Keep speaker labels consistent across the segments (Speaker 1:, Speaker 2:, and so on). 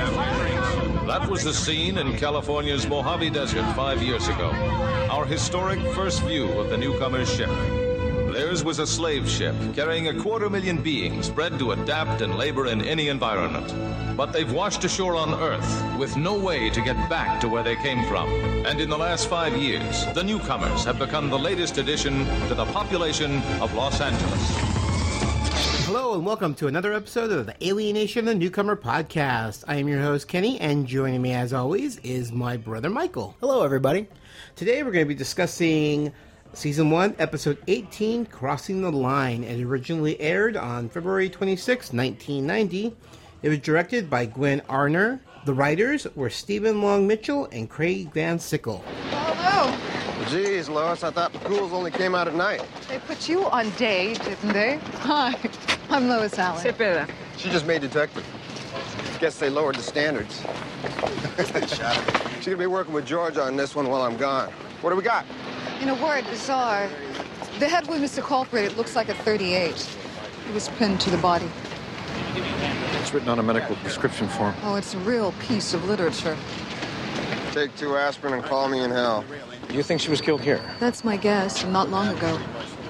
Speaker 1: That was the scene in California's Mojave Desert five years ago. Our historic first view of the newcomer's ship. Theirs was a slave ship carrying a quarter million beings bred to adapt and labor in any environment. But they've washed ashore on Earth with no way to get back to where they came from. And in the last five years, the newcomers have become the latest addition to the population of Los Angeles.
Speaker 2: Hello and welcome to another episode of the Alienation of the Newcomer podcast. I am your host Kenny, and joining me as always is my brother Michael.
Speaker 3: Hello, everybody.
Speaker 2: Today we're going to be discussing season one, episode eighteen, "Crossing the Line." It originally aired on February 26, nineteen ninety. It was directed by Gwen Arner. The writers were Stephen Long Mitchell and Craig Van Sickle.
Speaker 4: Hello.
Speaker 5: Geez, Lois, I thought the pools only came out at night.
Speaker 4: They put you on day, didn't they? Hi. I'm Lois Allen.
Speaker 5: She just made detective. Guess they lowered the standards. Shot her. She's gonna be working with George on this one while I'm gone. What do we got?
Speaker 4: In a word, bizarre. The head we missed culprit, it looks like a 38. It was pinned to the body.
Speaker 6: It's written on a medical prescription form.
Speaker 4: Oh, it's a real piece of literature.
Speaker 5: Take two aspirin and call me in hell.
Speaker 6: Do you think she was killed here?
Speaker 4: That's my guess, and not long ago.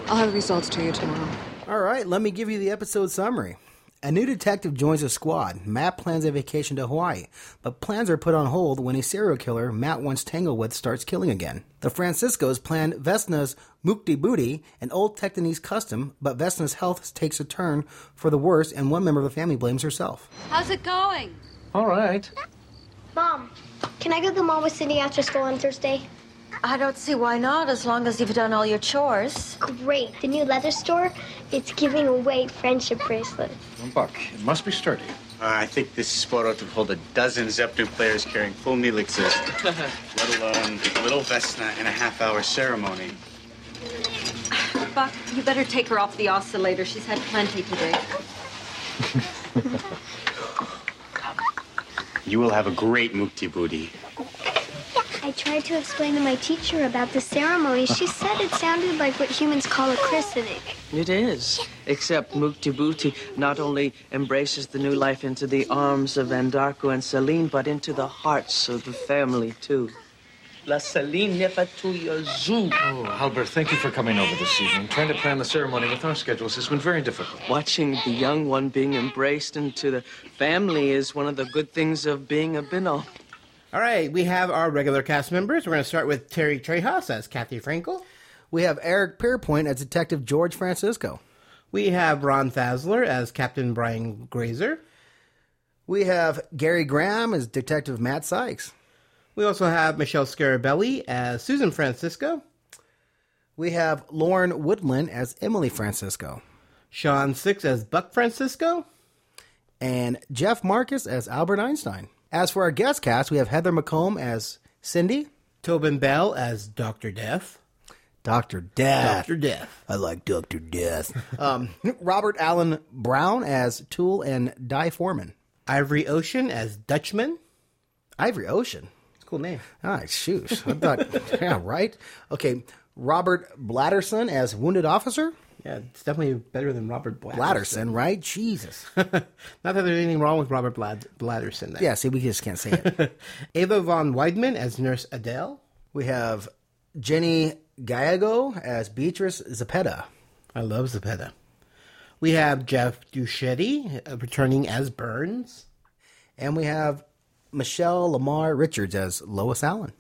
Speaker 4: I'll have the results to you tomorrow.
Speaker 3: All right, let me give you the episode summary. A new detective joins a squad. Matt plans a vacation to Hawaii, but plans are put on hold when a serial killer Matt once tangled with starts killing again. The Franciscos plan Vesna's Mukti Booty, an old Tectonese custom, but Vesna's health takes a turn for the worse, and one member of the family blames herself.
Speaker 7: How's it going?
Speaker 6: All right.
Speaker 8: Mom, can I go to the mall with Cindy after school on Thursday?
Speaker 9: I don't see why not, as long as you've done all your chores.
Speaker 8: Great. The new leather store, it's giving away friendship bracelets.
Speaker 6: One buck. It must be sturdy.
Speaker 10: Uh, I think this sport ought to hold a dozen Zepter players carrying full neelixes, let alone a little Vesna in a half hour ceremony.
Speaker 9: Buck, you better take her off the oscillator. She's had plenty today.
Speaker 10: You will have a great Mukti Booty.
Speaker 8: I tried to explain to my teacher about the ceremony. She said it sounded like what humans call a christening.
Speaker 11: It is. Except Mukti Bhuti not only embraces the new life into the arms of Andarko and Celine, but into the hearts of the family, too. La Celine never to your zoo.
Speaker 6: Oh, Halbert, thank you for coming over this evening. Trying to plan the ceremony with our schedules has been very difficult.
Speaker 11: Watching the young one being embraced into the family is one of the good things of being a Bino.
Speaker 2: All right, we have our regular cast members. We're going to start with Terry Trejas as Kathy Frankel.
Speaker 3: We have Eric Pierpoint as Detective George Francisco.
Speaker 2: We have Ron Fazler as Captain Brian Grazer.
Speaker 3: We have Gary Graham as Detective Matt Sykes.
Speaker 2: We also have Michelle Scarabelli as Susan Francisco,
Speaker 3: We have Lauren Woodland as Emily Francisco.
Speaker 2: Sean Six as Buck Francisco,
Speaker 3: and Jeff Marcus as Albert Einstein. As for our guest cast, we have Heather McComb as Cindy,
Speaker 2: Tobin Bell as Dr. Death.
Speaker 3: Dr. Death.
Speaker 2: Dr. Death.
Speaker 3: I like Dr. Death. um, Robert Allen Brown as Tool and Di Foreman.
Speaker 2: Ivory Ocean as Dutchman.
Speaker 3: Ivory Ocean.
Speaker 2: It's a cool name.
Speaker 3: Ah, shoot. I thought, yeah, right? Okay. Robert Blatterson as Wounded Officer.
Speaker 2: Yeah, it's definitely better than Robert Blatterson.
Speaker 3: Blatterson, right? Jesus.
Speaker 2: Not that there's anything wrong with Robert Blad- Blatterson. There.
Speaker 3: Yeah, see, we just can't say it.
Speaker 2: Ava von Weidman as Nurse Adele.
Speaker 3: We have Jenny Gallego as Beatrice Zepeda.
Speaker 2: I love Zepeda. We have Jeff Duchetti uh, returning as Burns.
Speaker 3: And we have Michelle Lamar Richards as Lois Allen.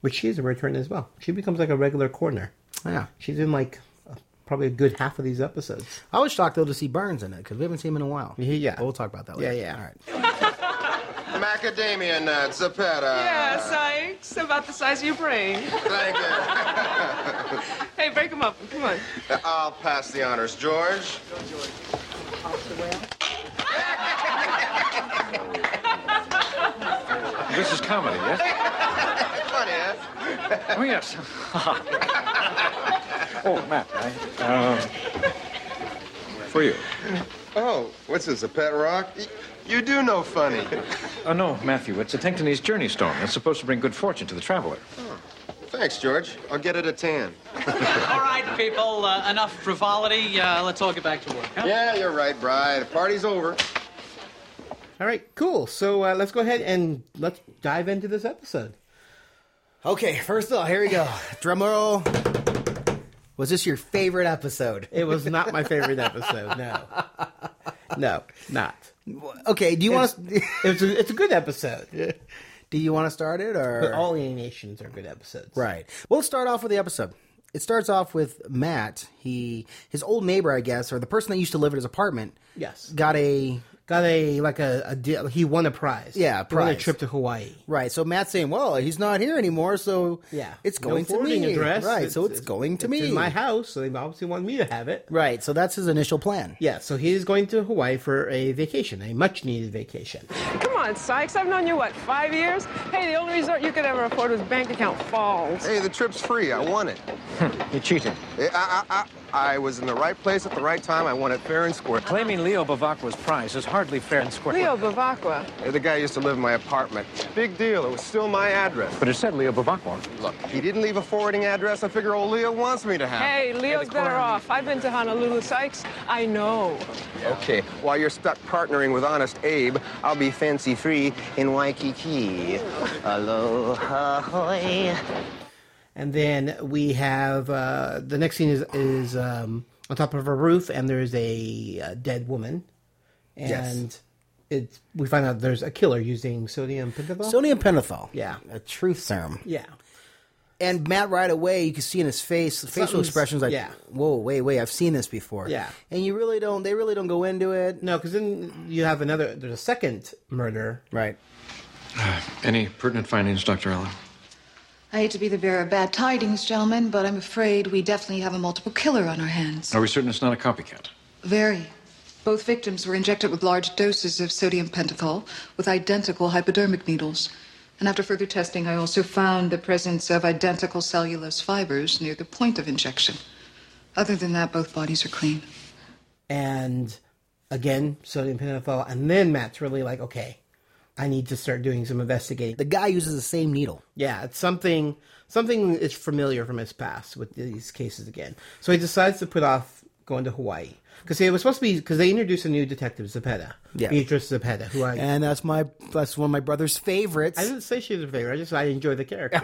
Speaker 2: which she's a return as well. She becomes like a regular corner.
Speaker 3: Yeah.
Speaker 2: She's in like uh, probably a good half of these episodes.
Speaker 3: I was shocked, though, to see Burns in it because we haven't seen him in a while.
Speaker 2: Yeah.
Speaker 3: But we'll talk about that
Speaker 2: Yeah,
Speaker 3: later.
Speaker 2: yeah.
Speaker 3: All right.
Speaker 5: Macadamia nuts, Zapata.
Speaker 11: Sykes, about the size of your brain.
Speaker 5: Thank you.
Speaker 11: Hey, break them up. Come on.
Speaker 5: I'll pass the honors, George.
Speaker 6: This is comedy, yes?
Speaker 5: Funny, huh?
Speaker 6: Oh, yes. oh, Matt, I, uh, for you.
Speaker 5: Oh, what's this, a pet rock? Y- You do know funny.
Speaker 6: Oh, no, Matthew, it's a Tectonese journey stone. It's supposed to bring good fortune to the traveler.
Speaker 5: Thanks, George. I'll get it a tan.
Speaker 7: All right, people, uh, enough frivolity. Uh, let's all get back to work. huh?
Speaker 5: Yeah, you're right, Bri. The party's over.
Speaker 2: All right, cool. So uh, let's go ahead and let's dive into this episode.
Speaker 3: Okay, first of all, here we go. Drum roll. Was this your favorite episode?
Speaker 2: It was not my favorite episode. No, no, not.
Speaker 3: Okay, do you want
Speaker 2: to? It's a, it's a good episode.
Speaker 3: Do you want to start it or
Speaker 2: But all animations are good episodes.
Speaker 3: Right. Well, let's start off with the episode. It starts off with Matt. He his old neighbor, I guess, or the person that used to live at his apartment.
Speaker 2: Yes.
Speaker 3: Got a
Speaker 2: Got a like a, a deal. He won a prize.
Speaker 3: yeah
Speaker 2: He won
Speaker 3: prize.
Speaker 2: a trip to Hawaii.
Speaker 3: Right. So Matt's saying, "Well, he's not here anymore, so
Speaker 2: Yeah,
Speaker 3: it's
Speaker 2: No
Speaker 3: going to
Speaker 2: forwarding
Speaker 3: me."
Speaker 2: Address.
Speaker 3: Right. so it's, going to
Speaker 2: it's
Speaker 3: me.
Speaker 2: in my house. So they obviously want me to have it.
Speaker 3: Right. So that's his initial plan.
Speaker 2: Yeah. So he is going to Hawaii for a vacation, a much needed vacation.
Speaker 12: Come on, Sykes. I've known you, what, five years? Hey, the only resort you could ever afford was bank account falls.
Speaker 5: Hey, the trip's free. I won it.
Speaker 13: Hmm, You're cheating.
Speaker 5: I, I, I, I was in the right place at the right time. I won it fair and square.
Speaker 13: Claiming Leo Bavacqua's prize is hardly fair and square.
Speaker 12: Leo Bavacqua.
Speaker 5: The guy used to live in my apartment. Big deal. It was still my address.
Speaker 13: But it said Leo Bavacqua.
Speaker 5: Look, he didn't leave a forwarding address. I figure old Leo wants me to have it.
Speaker 12: Hey, Leo's better off. I've been to Honolulu, Sykes. I know.
Speaker 5: Okay, while you're stuck partnering with Honest Abe, I'll be fancy free in Waikiki. Aloha hoi.
Speaker 2: And then we have uh, the next scene is is um, on top of a roof, and there's a uh, dead woman, and
Speaker 3: Yes.
Speaker 2: it's we find out there's a killer using sodium pentothal.
Speaker 3: Sodium pentothal.
Speaker 2: Yeah.
Speaker 3: A truth serum.
Speaker 2: Yeah.
Speaker 3: Um, And Matt, right away, you can see in his face, the facial
Speaker 2: Something's-
Speaker 3: expressions like,
Speaker 2: yeah.
Speaker 3: "Whoa, wait, wait, I've seen this before."
Speaker 2: Yeah.
Speaker 3: And you really don't. They really don't go into it.
Speaker 2: No, because then you have another. There's a second murder.
Speaker 3: Right.
Speaker 6: Uh, Any pertinent findings, Dr. Ella?
Speaker 4: I hate to be the bearer of bad tidings, gentlemen, but I'm afraid we definitely have a multiple killer on our hands.
Speaker 6: Are we certain it's not a copycat?
Speaker 4: Very. Both victims were injected with large doses of sodium pentothal with identical hypodermic needles. And after further testing, I also found the presence of identical cellulose fibers near the point of injection. Other than that, both bodies are clean.
Speaker 2: and again sodium pentothal. And then Matt's really like, okay, I need to start doing some investigating.
Speaker 3: The guy uses the same needle.
Speaker 2: Yeah, it's something something is familiar from his past with these cases again. So he decides to put off going to Hawaii because it was supposed to be because they introduced a new detective Zepeda,
Speaker 3: Yeah.
Speaker 2: Beatrice Zepeda, who I
Speaker 3: And that's my that's one of my brother's favorites.
Speaker 2: I didn't say she was a favorite. I just I enjoy the character.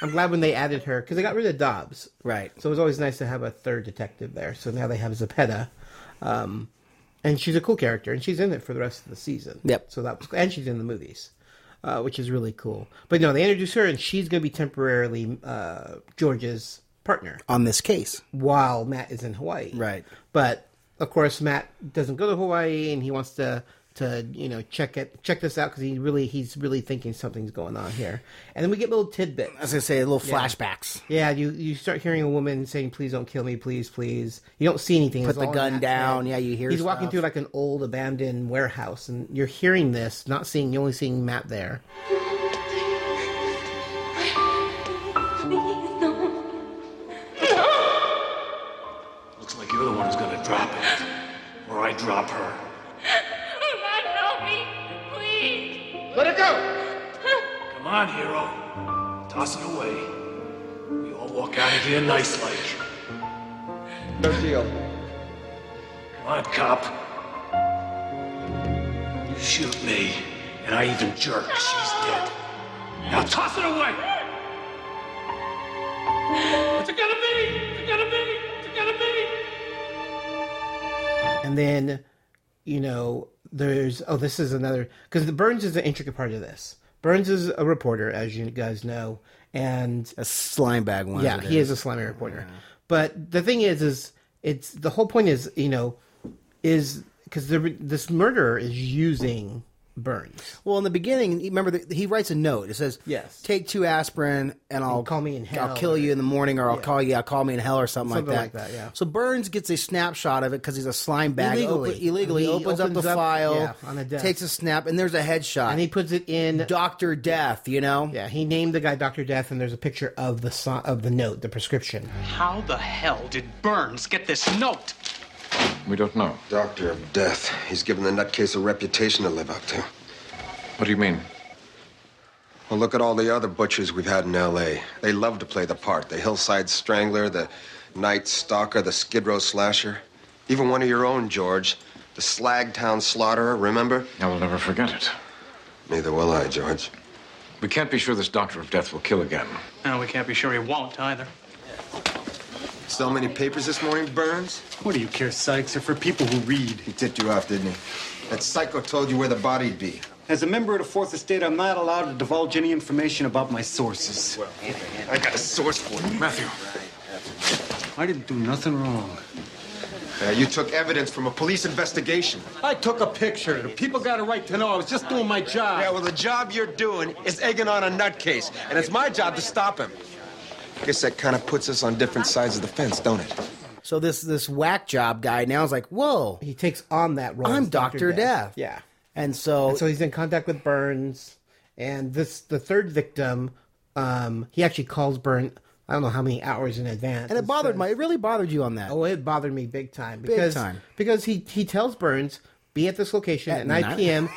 Speaker 2: I'm glad when they added her because they got rid of Dobbs.
Speaker 3: Right.
Speaker 2: So it was always nice to have a third detective there. So now they have Zepeda, um, and she's a cool character, and she's in it for the rest of the season.
Speaker 3: Yep.
Speaker 2: So that was, and she's in the movies, uh, which is really cool. But no, they introduce her, and she's going to be temporarily uh, George's partner
Speaker 3: on this case.
Speaker 2: while Matt is in Hawaii.
Speaker 3: Right.
Speaker 2: But of course, Matt doesn't go to Hawaii, and he wants to to you know check it check this out because he really he's really thinking something's going on here. And then we get little tidbits.
Speaker 3: I was gonna say little
Speaker 2: Yeah.
Speaker 3: flashbacks.
Speaker 2: Yeah, you you start hearing a woman saying, "Please don't kill me, please, please." You don't see anything.
Speaker 3: Put
Speaker 2: It's
Speaker 3: the
Speaker 2: all in
Speaker 3: gun
Speaker 2: Matt's
Speaker 3: down.
Speaker 2: head.
Speaker 3: Yeah, you hear
Speaker 2: He's walking
Speaker 3: stuff.
Speaker 2: through like an old abandoned warehouse, and you're hearing this, not seeing. You're only seeing Matt there.
Speaker 14: Looks like you're the one who's gonna drop it. Or I drop her.
Speaker 15: Matt, help me, please.
Speaker 14: Let it go! Come on, hero. Toss it away. We all walk out of here nice like.
Speaker 5: No deal.
Speaker 14: Come on, cop. You shoot me, and I even jerk. She's dead. Now toss it away! It's gonna be! It's gonna be! It's gonna be!
Speaker 2: And then, you know, there's oh, this is another because the Burns is the intricate part of this. Burns is a reporter, as you guys know, and
Speaker 3: a slime bag one.
Speaker 2: Yeah,
Speaker 3: it
Speaker 2: he is a slimy reporter. But the thing is, is it's the whole point is you know is because this murderer is using Burns.
Speaker 3: Well, in the beginning, you remember the, he writes a note. It says,
Speaker 2: Yes.
Speaker 3: take two aspirin, and I'll
Speaker 2: call me in hell
Speaker 3: I'll kill you in the morning, or I'll call you. I'll call me in hell, or something,
Speaker 2: Something
Speaker 3: like that.
Speaker 2: like that, yeah.
Speaker 3: So Burns gets a snapshot of it because he's a slime bag.
Speaker 2: Illegally.
Speaker 3: Open- illegally
Speaker 2: He
Speaker 3: opens, up
Speaker 2: opens
Speaker 3: the
Speaker 2: up-
Speaker 3: file
Speaker 2: yeah, on a desk.
Speaker 3: takes a snap, and there's a headshot, and he
Speaker 2: puts it in
Speaker 3: Doctor Death. You know,
Speaker 2: Yeah, he named the guy Doctor Death, and there's a picture of the so- of the note, the prescription.
Speaker 7: How the hell did Burns get this note?
Speaker 6: We don't know.
Speaker 5: Doctor of Death. He's given the nutcase a reputation to live up to.
Speaker 6: What do you mean?
Speaker 5: Well, look at all the other butchers we've had in L.A. They love to play the part. The hillside strangler, the night stalker, the skid row slasher. Even one of your own, George. The Slagtown slaughterer, remember?
Speaker 6: I will never forget it.
Speaker 5: Neither will I, George.
Speaker 6: We can't be sure this doctor of death will kill again.
Speaker 7: And we can't be sure he won't either.
Speaker 5: So many papers this morning, Burns? What do you care, Sykes? They're for people who read. He tipped you off, didn't he? That psycho told you where the body'd be.
Speaker 16: As a member of the Fourth Estate, I'm not allowed to divulge any information about my sources.
Speaker 5: I got a source for you.
Speaker 6: Matthew.
Speaker 16: I didn't do nothing wrong.
Speaker 5: Uh, you took evidence from a police investigation.
Speaker 16: I took a picture. The people got a right to know. I was just doing my job.
Speaker 5: Yeah, well, the job you're doing is egging on a nutcase, and it's my job to stop him. I guess that kind of puts us on different sides of the fence, don't it?
Speaker 3: So this this whack job guy now is like, whoa.
Speaker 2: He takes on that role.
Speaker 3: I'm
Speaker 2: as Dr.
Speaker 3: Doctor Death.
Speaker 2: Death. Yeah.
Speaker 3: And so,
Speaker 2: And so he's in contact with Burns, and this the third victim. Um, he actually calls Burns. I don't know how many hours in advance.
Speaker 3: and it bothered
Speaker 2: says-
Speaker 3: my. It really bothered you on that.
Speaker 2: Oh, it bothered me big time
Speaker 3: Big
Speaker 2: because
Speaker 3: time.
Speaker 2: because he he tells Burns be at this location at,
Speaker 3: At
Speaker 2: 9
Speaker 3: nine-
Speaker 2: p.m.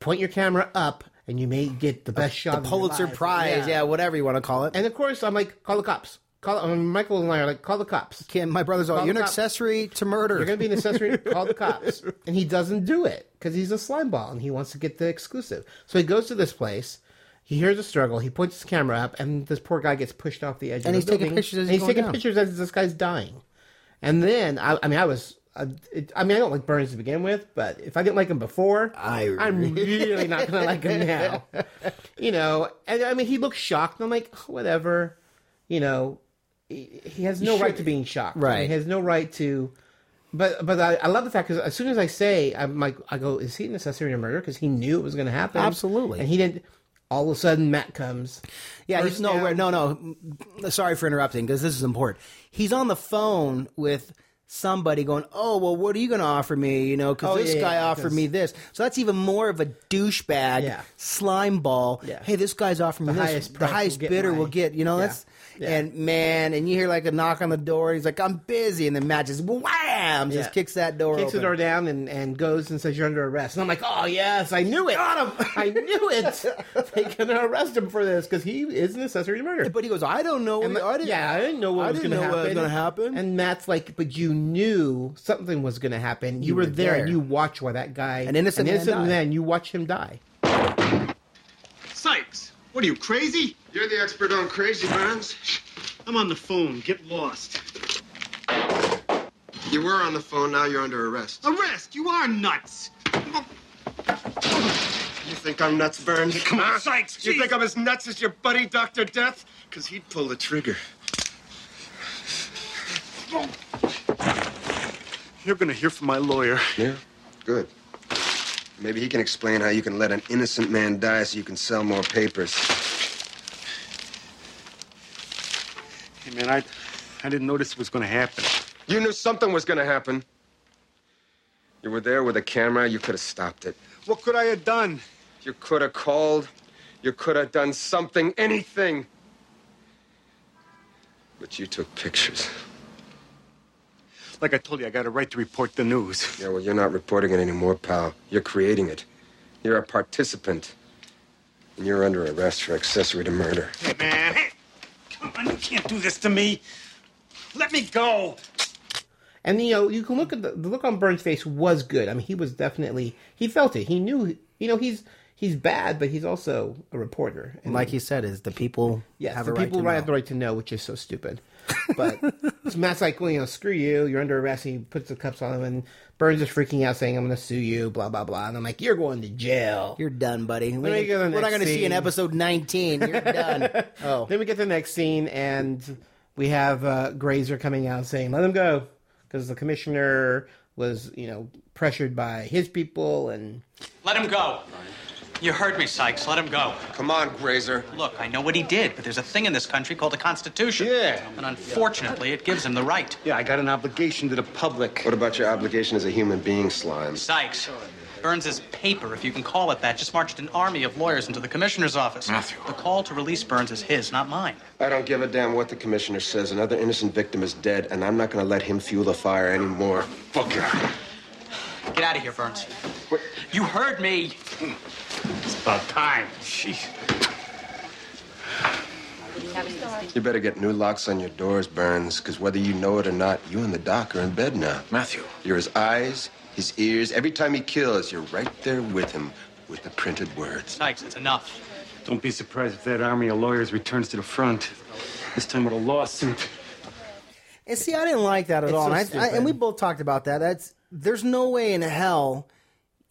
Speaker 2: point your camera up, and you may get the best shot.
Speaker 3: the
Speaker 2: of your
Speaker 3: Pulitzer
Speaker 2: life.
Speaker 3: Prize, yeah. whatever you want to call it.
Speaker 2: And of course, I'm like, call the cops. Call. I mean, Michael and I are like, call the cops.
Speaker 3: Kim, my brother's all,
Speaker 2: Call
Speaker 3: you're
Speaker 2: the
Speaker 3: an
Speaker 2: cops.
Speaker 3: accessory to murder.
Speaker 2: You're gonna be an accessory. call the cops. And he doesn't do it because he's a slime ball and he wants to get the exclusive. So he goes to this place. He hears a struggle. He points his camera up, and this poor guy gets pushed off the edge.
Speaker 3: And
Speaker 2: of
Speaker 3: he's
Speaker 2: the
Speaker 3: taking
Speaker 2: building,
Speaker 3: pictures as
Speaker 2: and
Speaker 3: he's
Speaker 2: he's
Speaker 3: going
Speaker 2: taking
Speaker 3: down.
Speaker 2: pictures as this guy's dying. And then I, I mean, I was. I, it, I mean, I don't like Burns to begin with, but if I didn't like him before, I I'm really not gonna like him now. You know, and I mean, he looks shocked. And I'm like, whatever. You know, he, he has no right to being shocked.
Speaker 3: Right.
Speaker 2: he has no right to. But but I, I love the fact because as soon as I say I'm like I go is he an accessory to murder because he knew it was going to happen
Speaker 3: Absolutely.
Speaker 2: and he didn't all of a sudden Matt comes
Speaker 3: Yeah,
Speaker 2: First
Speaker 3: he's no,
Speaker 2: down.
Speaker 3: wait, no, no. mm, Sorry for interrupting because this is important. He's on the phone with somebody going, "Oh, well, what are you going to offer me?" You know, because
Speaker 2: Oh,
Speaker 3: this
Speaker 2: yeah,
Speaker 3: guy
Speaker 2: yeah,
Speaker 3: offered
Speaker 2: 'cause-
Speaker 3: me this. So that's even more of a douchebag
Speaker 2: Yeah.
Speaker 3: slime ball.
Speaker 2: Yeah.
Speaker 3: Hey, this guy's offering me
Speaker 2: The
Speaker 3: this.
Speaker 2: highest
Speaker 3: the
Speaker 2: price will
Speaker 3: highest
Speaker 2: get
Speaker 3: bidder
Speaker 2: my-
Speaker 3: will get. You know,
Speaker 2: Yeah.
Speaker 3: that's and man, and you hear like a knock on the door. He's like, "I'm busy," and then Matt just wham, just
Speaker 2: Yeah.
Speaker 3: kicks that door.
Speaker 2: kicks the
Speaker 3: open.
Speaker 2: door down and, and goes and says you're under arrest and I'm like oh yes I knew it I knew it they're going to arrest him for this because he is an accessory to murder
Speaker 3: But he goes, "I don't know.
Speaker 2: And
Speaker 3: I didn't,
Speaker 2: yeah, I didn't know what
Speaker 3: I
Speaker 2: was
Speaker 3: didn't
Speaker 2: going to
Speaker 3: know what was
Speaker 2: happen.
Speaker 3: gonna happen.
Speaker 2: And Matt's like, but you knew something was going to happen. You, were, there, and you watched why that guy,
Speaker 3: An innocent man died.
Speaker 2: man, you watch him die.
Speaker 10: Sykes, what are you, crazy?
Speaker 5: You're the expert on crazy, Burns.
Speaker 10: I'm on the phone. Get lost.
Speaker 5: You were on the phone, now you're under arrest.
Speaker 10: Arrest! You are nuts!
Speaker 5: You think I'm nuts, Burns?
Speaker 10: Come on, Sykes,
Speaker 5: You
Speaker 10: geez.
Speaker 5: think I'm as nuts as your buddy, Dr. Death? Because he'd pull the trigger.
Speaker 10: You're gonna hear from my lawyer.
Speaker 5: Yeah? Good. Maybe he can explain how you can let an innocent man die so you can sell more papers.
Speaker 10: Hey, man, I, I didn't know this was gonna happen.
Speaker 5: You knew something was going to happen. You were there with a camera. You could have stopped it.
Speaker 10: What could I have done?
Speaker 5: You could have called. You could have done something, anything. But you took pictures.
Speaker 10: Like I told you, I got a right to report the news.
Speaker 5: Yeah, well, you're not reporting it anymore, pal. You're creating it. You're a participant. And you're under arrest for accessory to murder.
Speaker 10: Hey, man. Hey, come on, you can't do this to me. Let me go.
Speaker 2: And you know, you can look at the, the look on Burns' face was good. I mean, he was definitely he felt it. He knew. You know, he's he's bad, but he's also a reporter. And
Speaker 3: Like he said, is the people
Speaker 2: yes,
Speaker 3: have
Speaker 2: the
Speaker 3: a right
Speaker 2: people
Speaker 3: to
Speaker 2: right
Speaker 3: know.
Speaker 2: have the right to know, which is so stupid. But so Matt's like, well, you know, screw you. You're under arrest. And he puts the cuffs on him, and Burns is freaking out, saying, "I'm going to sue you." Blah blah blah. And I'm like, you're going to jail.
Speaker 3: You're done, buddy. We,
Speaker 2: Let me go to the
Speaker 3: are not
Speaker 2: next
Speaker 3: going to see you in
Speaker 2: scene.
Speaker 3: episode 19. You're done. oh,
Speaker 2: Then we get to the next scene, and we have uh, Grazer coming out saying, "Let him go," because the commissioner was, you know, pressured by his people, and
Speaker 7: Let him go. You heard me, Sykes. Let him go.
Speaker 5: Come on, Grazer.
Speaker 7: Look, I know what he did, but there's a thing in this country called the Constitution.
Speaker 10: Yeah.
Speaker 7: And unfortunately, it gives him the right.
Speaker 10: Yeah, I got an obligation to the public.
Speaker 5: What about your obligation as a human being, Slime?
Speaker 7: Sykes, Burns's paper, if you can call it that, just marched an army of lawyers into the commissioner's office. Matthew. The call to release Burns is his, not mine.
Speaker 5: I don't give a damn what the commissioner says. Another innocent victim is dead, and I'm not going to let him fuel the fire anymore. Fuck you.
Speaker 7: Get out of here, Burns. You heard me.
Speaker 10: It's about time. Jeez.
Speaker 5: You better get new locks on your doors, Burns, because whether you know it or not, you and the doc are in bed now.
Speaker 6: Matthew.
Speaker 5: You're his eyes, his ears. Every time he kills, you're right there with him with the printed words.
Speaker 7: Sykes, it's enough.
Speaker 16: Don't be surprised if that army of lawyers returns to the front. This time with a lawsuit.
Speaker 3: And see, I didn't like that at
Speaker 16: It's
Speaker 3: all.
Speaker 16: so
Speaker 3: and, I, I, and
Speaker 16: stupid.
Speaker 3: we both talked about that. That's there's no way in hell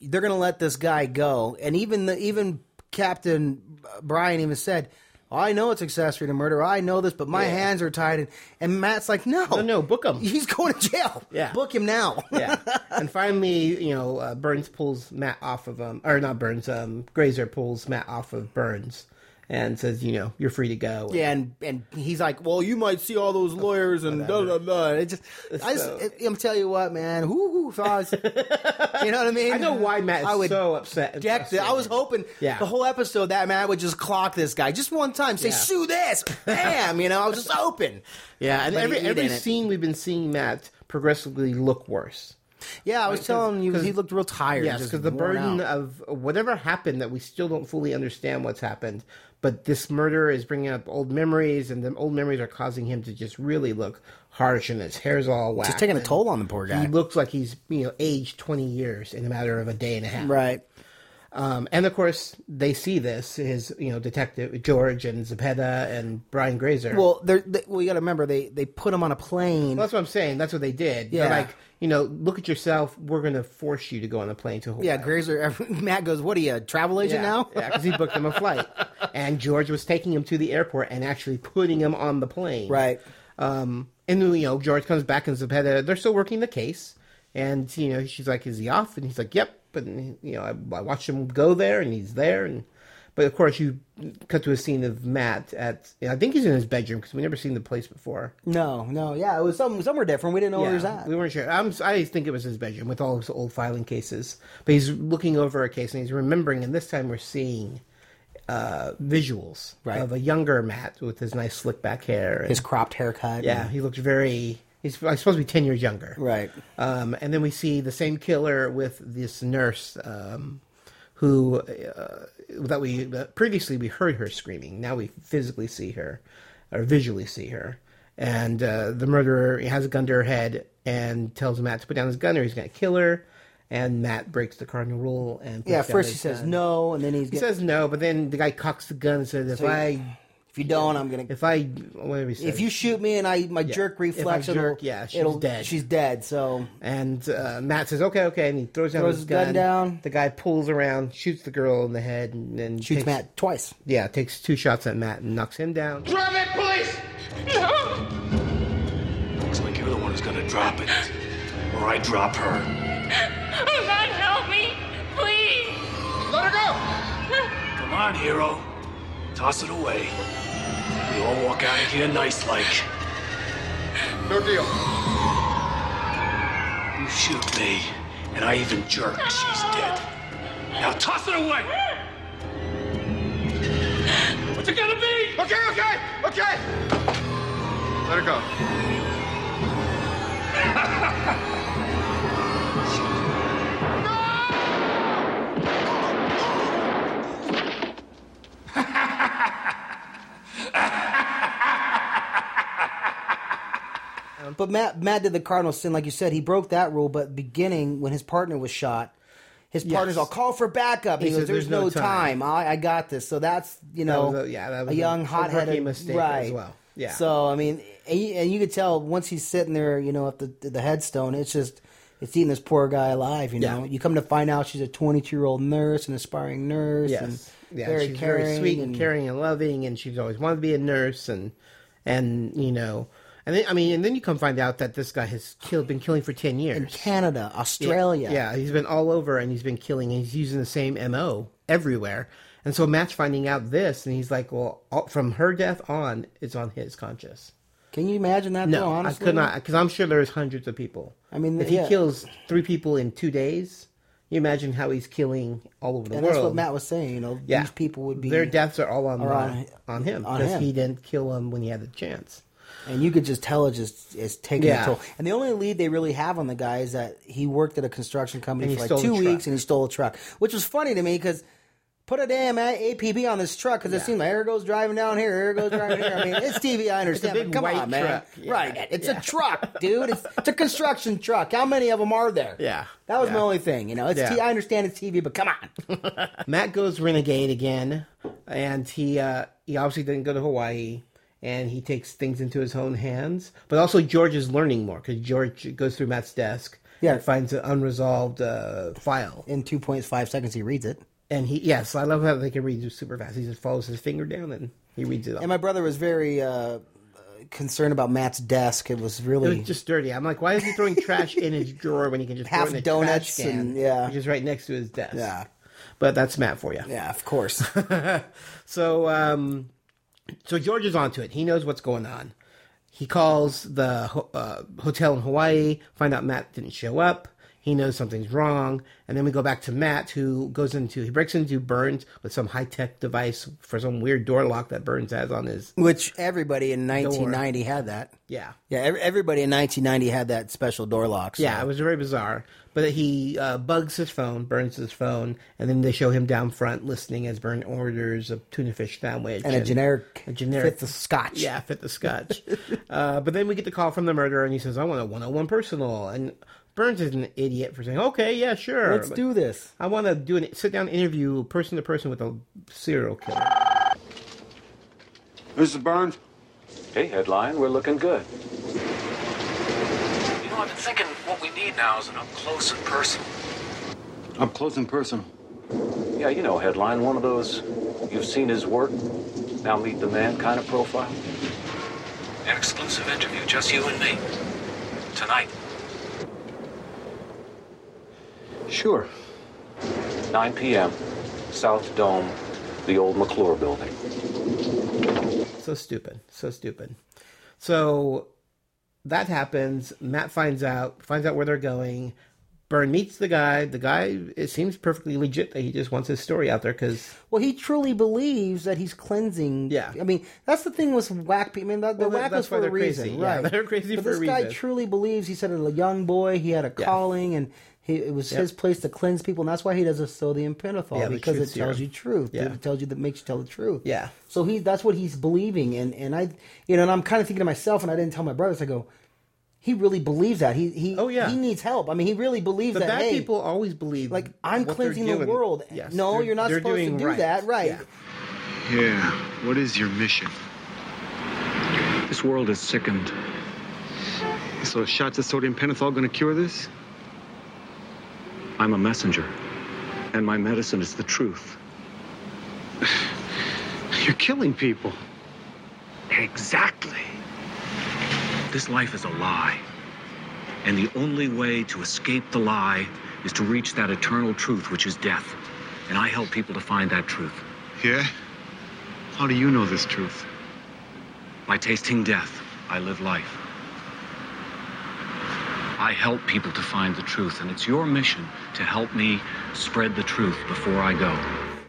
Speaker 3: they're going to let this guy go. And even the even Captain Brian even said, "I know it's accessory to murder. I know this, but my
Speaker 2: Yeah.
Speaker 3: hands are tied." And, and Matt's like, "No, no,
Speaker 2: no, book him.
Speaker 3: He's going to jail.
Speaker 2: Yeah.
Speaker 3: book him now."
Speaker 2: yeah. And finally, you know, uh, Burns pulls Matt off of um, or not Burns, um, Grazer pulls Matt off of Burns, and says, you know, you're free to go.
Speaker 3: Yeah, and and he's like, "Well, you might see all those lawyers and blah blah blah." It just, I just,
Speaker 2: So-
Speaker 3: I'm telling you what, man. Who who thought? you know what I mean? I know why
Speaker 2: Matt is so upset. and
Speaker 3: Deck the, I was hoping
Speaker 2: Yeah.
Speaker 3: the whole episode that man would just clock this guy just one time, say
Speaker 2: Yeah.
Speaker 3: "sue this," bam. You know, I was just hoping.
Speaker 2: Yeah, and
Speaker 3: But
Speaker 2: every
Speaker 3: he
Speaker 2: every
Speaker 3: didn't.
Speaker 2: scene we've been seeing Matt progressively look worse.
Speaker 3: Yeah, I was telling you,
Speaker 2: 'cause-
Speaker 3: he looked real tired.
Speaker 2: Yes,
Speaker 3: just
Speaker 2: because the
Speaker 3: worn
Speaker 2: burden
Speaker 3: out.
Speaker 2: of whatever happened that we still don't fully understand what's happened, but this murder is bringing up old memories, and the old memories are causing him to just really look harsh, and his hair's all whacked.
Speaker 3: taking a toll on the poor guy.
Speaker 2: He looks like he's you know aged twenty years in a matter of a day and a half.
Speaker 3: Right.
Speaker 2: Um, and of course, they see this. His you know detective George and Zepeda and Brian Grazer.
Speaker 3: Well, they're, they, well, you got to remember they they put him on a plane.
Speaker 2: Well, that's what I'm saying. That's what they did. They're
Speaker 3: Yeah.
Speaker 2: like, you know, look at yourself. We're going to force you to go on a plane to Hawaii.
Speaker 3: yeah, Grazer. Matt goes, "What are you, a travel agent
Speaker 2: Yeah,
Speaker 3: now?"
Speaker 2: yeah, because he booked him a flight. And George was taking him to the airport and actually putting him on the plane.
Speaker 3: Right.
Speaker 2: Um, and, you know, George comes back and Zepeda, they're still working the case. And, you know, she's like, is he off? And he's like, yep. But, you know, I, I watched him go there and he's there. And, but of course, you cut to a scene of Matt at, I think he's in his bedroom because we never seen the place before.
Speaker 3: No, no, yeah, it was some, somewhere different. We didn't know where he was
Speaker 2: Yeah,
Speaker 3: at.
Speaker 2: We weren't sure. I'm, I think it was his bedroom with all his old filing cases. But he's looking over a case and he's remembering, and this time we're seeing uh, visuals
Speaker 3: Right.
Speaker 2: of a younger Matt with his nice slick back hair. and-
Speaker 3: His cropped haircut.
Speaker 2: yeah, he looked very. He's like, supposed to be ten years younger,
Speaker 3: right?
Speaker 2: Um, and then we see the same killer with this nurse, um, who uh, that we that previously we heard her screaming. Now we physically see her, or visually see her. And uh, the murderer has a gun to her head and tells Matt to put down his gun or he's going to kill her. And Matt breaks the cardinal rule and puts
Speaker 3: yeah,
Speaker 2: down
Speaker 3: first he
Speaker 2: his
Speaker 3: says
Speaker 2: gun.
Speaker 3: no, and then he's
Speaker 2: He says no, but then the guy cocks the gun and says, "If
Speaker 3: So you-
Speaker 2: I,
Speaker 3: if you don't, I'm gonna.
Speaker 2: if I, whatever he says,
Speaker 3: If you shoot me and I my
Speaker 2: Yeah.
Speaker 3: jerk
Speaker 2: If I
Speaker 3: reflex,
Speaker 2: jerk,
Speaker 3: it'll,
Speaker 2: yeah, she's
Speaker 3: it'll,
Speaker 2: dead.
Speaker 3: She's dead. So
Speaker 2: And uh, Matt says, "Okay, okay," and he throws down
Speaker 3: Throws
Speaker 2: his
Speaker 3: his gun
Speaker 2: gun.
Speaker 3: down.
Speaker 2: The guy pulls around, shoots the girl in the head, and then
Speaker 3: shoots
Speaker 2: takes-
Speaker 3: Matt twice.
Speaker 2: Yeah, takes two shots at Matt and knocks him down.
Speaker 15: Drop it, police! No!
Speaker 14: Looks like you're the one who's gonna drop it. Or I drop her.
Speaker 15: Oh, God, help me! Please! Let her go!
Speaker 14: Come on, hero. Toss it away. We all walk out of here nice like.
Speaker 5: No deal.
Speaker 14: You shoot me, and I even jerk. She's dead. Now toss it away! What's it gonna be?
Speaker 5: Okay, okay, okay. Let her go.
Speaker 3: But Matt Matt did the cardinal sin, like you said. He broke that rule. But beginning when his partner was shot, his partner's all call for backup.
Speaker 2: He
Speaker 3: He, goes,
Speaker 2: said,
Speaker 3: "There's, no, time. I, I got this." So that's you
Speaker 2: That
Speaker 3: know,
Speaker 2: was a- yeah, that was
Speaker 3: a
Speaker 2: a-
Speaker 3: young
Speaker 2: a
Speaker 3: hot headed
Speaker 2: rookie mistake
Speaker 3: right.
Speaker 2: as well. Yeah.
Speaker 3: So I mean, and you, and you could tell once he's sitting there, you know, at the the headstone, it's just. It's eating this poor guy alive, you know.
Speaker 2: Yeah.
Speaker 3: You come to find out she's a 22 year old nurse, an aspiring nurse,
Speaker 2: Yes,
Speaker 3: and
Speaker 2: yeah,
Speaker 3: very
Speaker 2: she's
Speaker 3: caring,
Speaker 2: very sweet and,
Speaker 3: and
Speaker 2: caring and loving, and she's always wanted to be a nurse, and and you know, and then I mean, and then you come find out that this guy has killed, been killing for ten years.
Speaker 3: Canada, Australia,
Speaker 2: Yeah, he's been all over and he's been killing and he's using the same MO everywhere. And so Matt's finding out this and he's like, well, all, from her death on, it's on his conscience.
Speaker 3: Can you imagine that?
Speaker 2: No,
Speaker 3: though,
Speaker 2: I
Speaker 3: honestly?
Speaker 2: could not, because I'm sure there's hundreds of people.
Speaker 3: I mean,
Speaker 2: if he
Speaker 3: yeah.
Speaker 2: kills three people in two days, you imagine how he's killing all over the
Speaker 3: And
Speaker 2: world.
Speaker 3: that's what Matt was saying. You know,
Speaker 2: Yeah.
Speaker 3: these people would be
Speaker 2: Their deaths are all on,
Speaker 3: are
Speaker 2: on, on him
Speaker 3: on
Speaker 2: because
Speaker 3: him.
Speaker 2: he didn't kill them when he had the chance.
Speaker 3: and you could just tell it just is taking
Speaker 2: Yeah.
Speaker 3: a toll. And the only lead they really have on the guy is that he worked at a construction company
Speaker 2: And he stole
Speaker 3: for like
Speaker 2: a
Speaker 3: two
Speaker 2: truck.
Speaker 3: weeks and he stole a truck, which was funny to me because Put a damn A- APB on this truck because it seems like air goes driving down here, air goes driving here. I mean, it's TV, I
Speaker 2: It's a
Speaker 3: understand.
Speaker 2: big
Speaker 3: but come
Speaker 2: white
Speaker 3: on, man.
Speaker 2: truck. Yeah.
Speaker 3: Right. It's
Speaker 2: Yeah.
Speaker 3: a truck, dude. It's, it's a construction truck. How many of them are there?
Speaker 2: Yeah.
Speaker 3: That was
Speaker 2: Yeah.
Speaker 3: my only thing. You know, it's
Speaker 2: Yeah.
Speaker 3: t- I understand it's TV, but come on.
Speaker 2: Matt goes renegade again, and he uh, he obviously didn't go to Hawaii, and he takes things into his own hands. But also George is learning more because George goes through Matt's desk,
Speaker 3: Yeah.
Speaker 2: and finds an unresolved uh, file.
Speaker 3: In two point five seconds, he reads it.
Speaker 2: And he yes, I love how they can read super fast. He just follows his finger down and he reads it. All.
Speaker 3: And my brother was very uh, uh, concerned about Matt's desk. It was
Speaker 2: It
Speaker 3: really
Speaker 2: was just dirty. I'm like, why is he throwing trash in his drawer when he can just throw
Speaker 3: Half
Speaker 2: it in a
Speaker 3: donuts
Speaker 2: trash can,
Speaker 3: and- yeah.
Speaker 2: which is right next to his desk.
Speaker 3: Yeah.
Speaker 2: but that's Matt for you.
Speaker 3: Yeah, of course.
Speaker 2: so, um, so George is onto it. He knows what's going on. He calls the ho- uh, hotel in Hawaii, find out Matt didn't show up. He knows something's wrong, and then we go back to Matt, who goes into he breaks into Burns with some high tech device for some weird door lock that Burns has on his.
Speaker 3: which everybody in 1990 had that.
Speaker 2: Yeah,
Speaker 3: Yeah, ev- everybody in 1990 had that special door lock. so-
Speaker 2: Yeah, it was very bizarre. But he uh, bugs his phone, burns his phone, and then they show him down front listening as Burn orders a tuna fish sandwich
Speaker 3: And a generic
Speaker 2: a generic
Speaker 3: fifth of scotch.
Speaker 2: Yeah, fifth of scotch. uh, but then we get the call from the murderer, and he says, "I want a 101 personal." And Burns is an idiot for saying, "Okay, yeah, sure,
Speaker 3: Let's do this."
Speaker 2: I want to do a sit down interview, person to person, with a serial killer."
Speaker 16: Mr. Burns?
Speaker 17: Hey, headline, we're looking good.
Speaker 18: You know, I've been thinking what we need now is an up close and personal.
Speaker 16: Up close and personal.
Speaker 17: Yeah, you know, headline, one of those you've seen his work, now meet the man kind of profile.
Speaker 18: An exclusive interview, just you and me. Tonight.
Speaker 17: Sure. 9 p.m., South Dome, the old McClure building.
Speaker 2: So stupid. So stupid. So that happens. Matt finds out, finds out where they're going. Byrne meets the guy. The guy, it seems perfectly legit that he just wants his story out there because
Speaker 3: Well, he truly believes that he's cleansing. Yeah. I mean, that's the thing with whack people. I mean, that, the
Speaker 2: Well, that-
Speaker 3: whack
Speaker 2: that's
Speaker 3: was for
Speaker 2: why
Speaker 3: a
Speaker 2: they're crazy.
Speaker 3: reason.
Speaker 2: Yeah,
Speaker 3: Right.
Speaker 2: they're crazy
Speaker 3: but
Speaker 2: for a
Speaker 3: this guy
Speaker 2: reason.
Speaker 3: truly believes he said, as a young boy, he had a calling and he, it was
Speaker 2: Yep.
Speaker 3: his place to cleanse people. And that's why he does a sodium pentothal
Speaker 2: Yeah, the
Speaker 3: because
Speaker 2: truth
Speaker 3: it tells
Speaker 2: serum.
Speaker 3: you truth.
Speaker 2: Yeah.
Speaker 3: It tells you that makes you tell the truth.
Speaker 2: Yeah.
Speaker 3: So he that's what he's believing. And, and I, you know, and I'm kind of thinking to myself, and I didn't tell my brothers, I go, he really believes that. He, he, oh, yeah. He needs help. I mean, he really believes
Speaker 2: the
Speaker 3: that.
Speaker 2: bad
Speaker 3: hey,
Speaker 2: people always believe like
Speaker 3: I'm cleansing the world. no, you're not supposed to do that, right?
Speaker 19: Yeah, what is your mission? This world is sickened. So, shots of sodium pentothal gonna cure this?
Speaker 17: I'm a messenger, and my medicine is the truth.
Speaker 19: You're killing people.
Speaker 18: Exactly.
Speaker 17: This life is a lie, and the only way to escape the lie is to reach that eternal truth, which is death. And I help people to find that truth.
Speaker 19: Yeah? How do you know this truth?
Speaker 17: By tasting death, I live life. I help people to find the truth, and it's your mission to help me spread the truth before I go.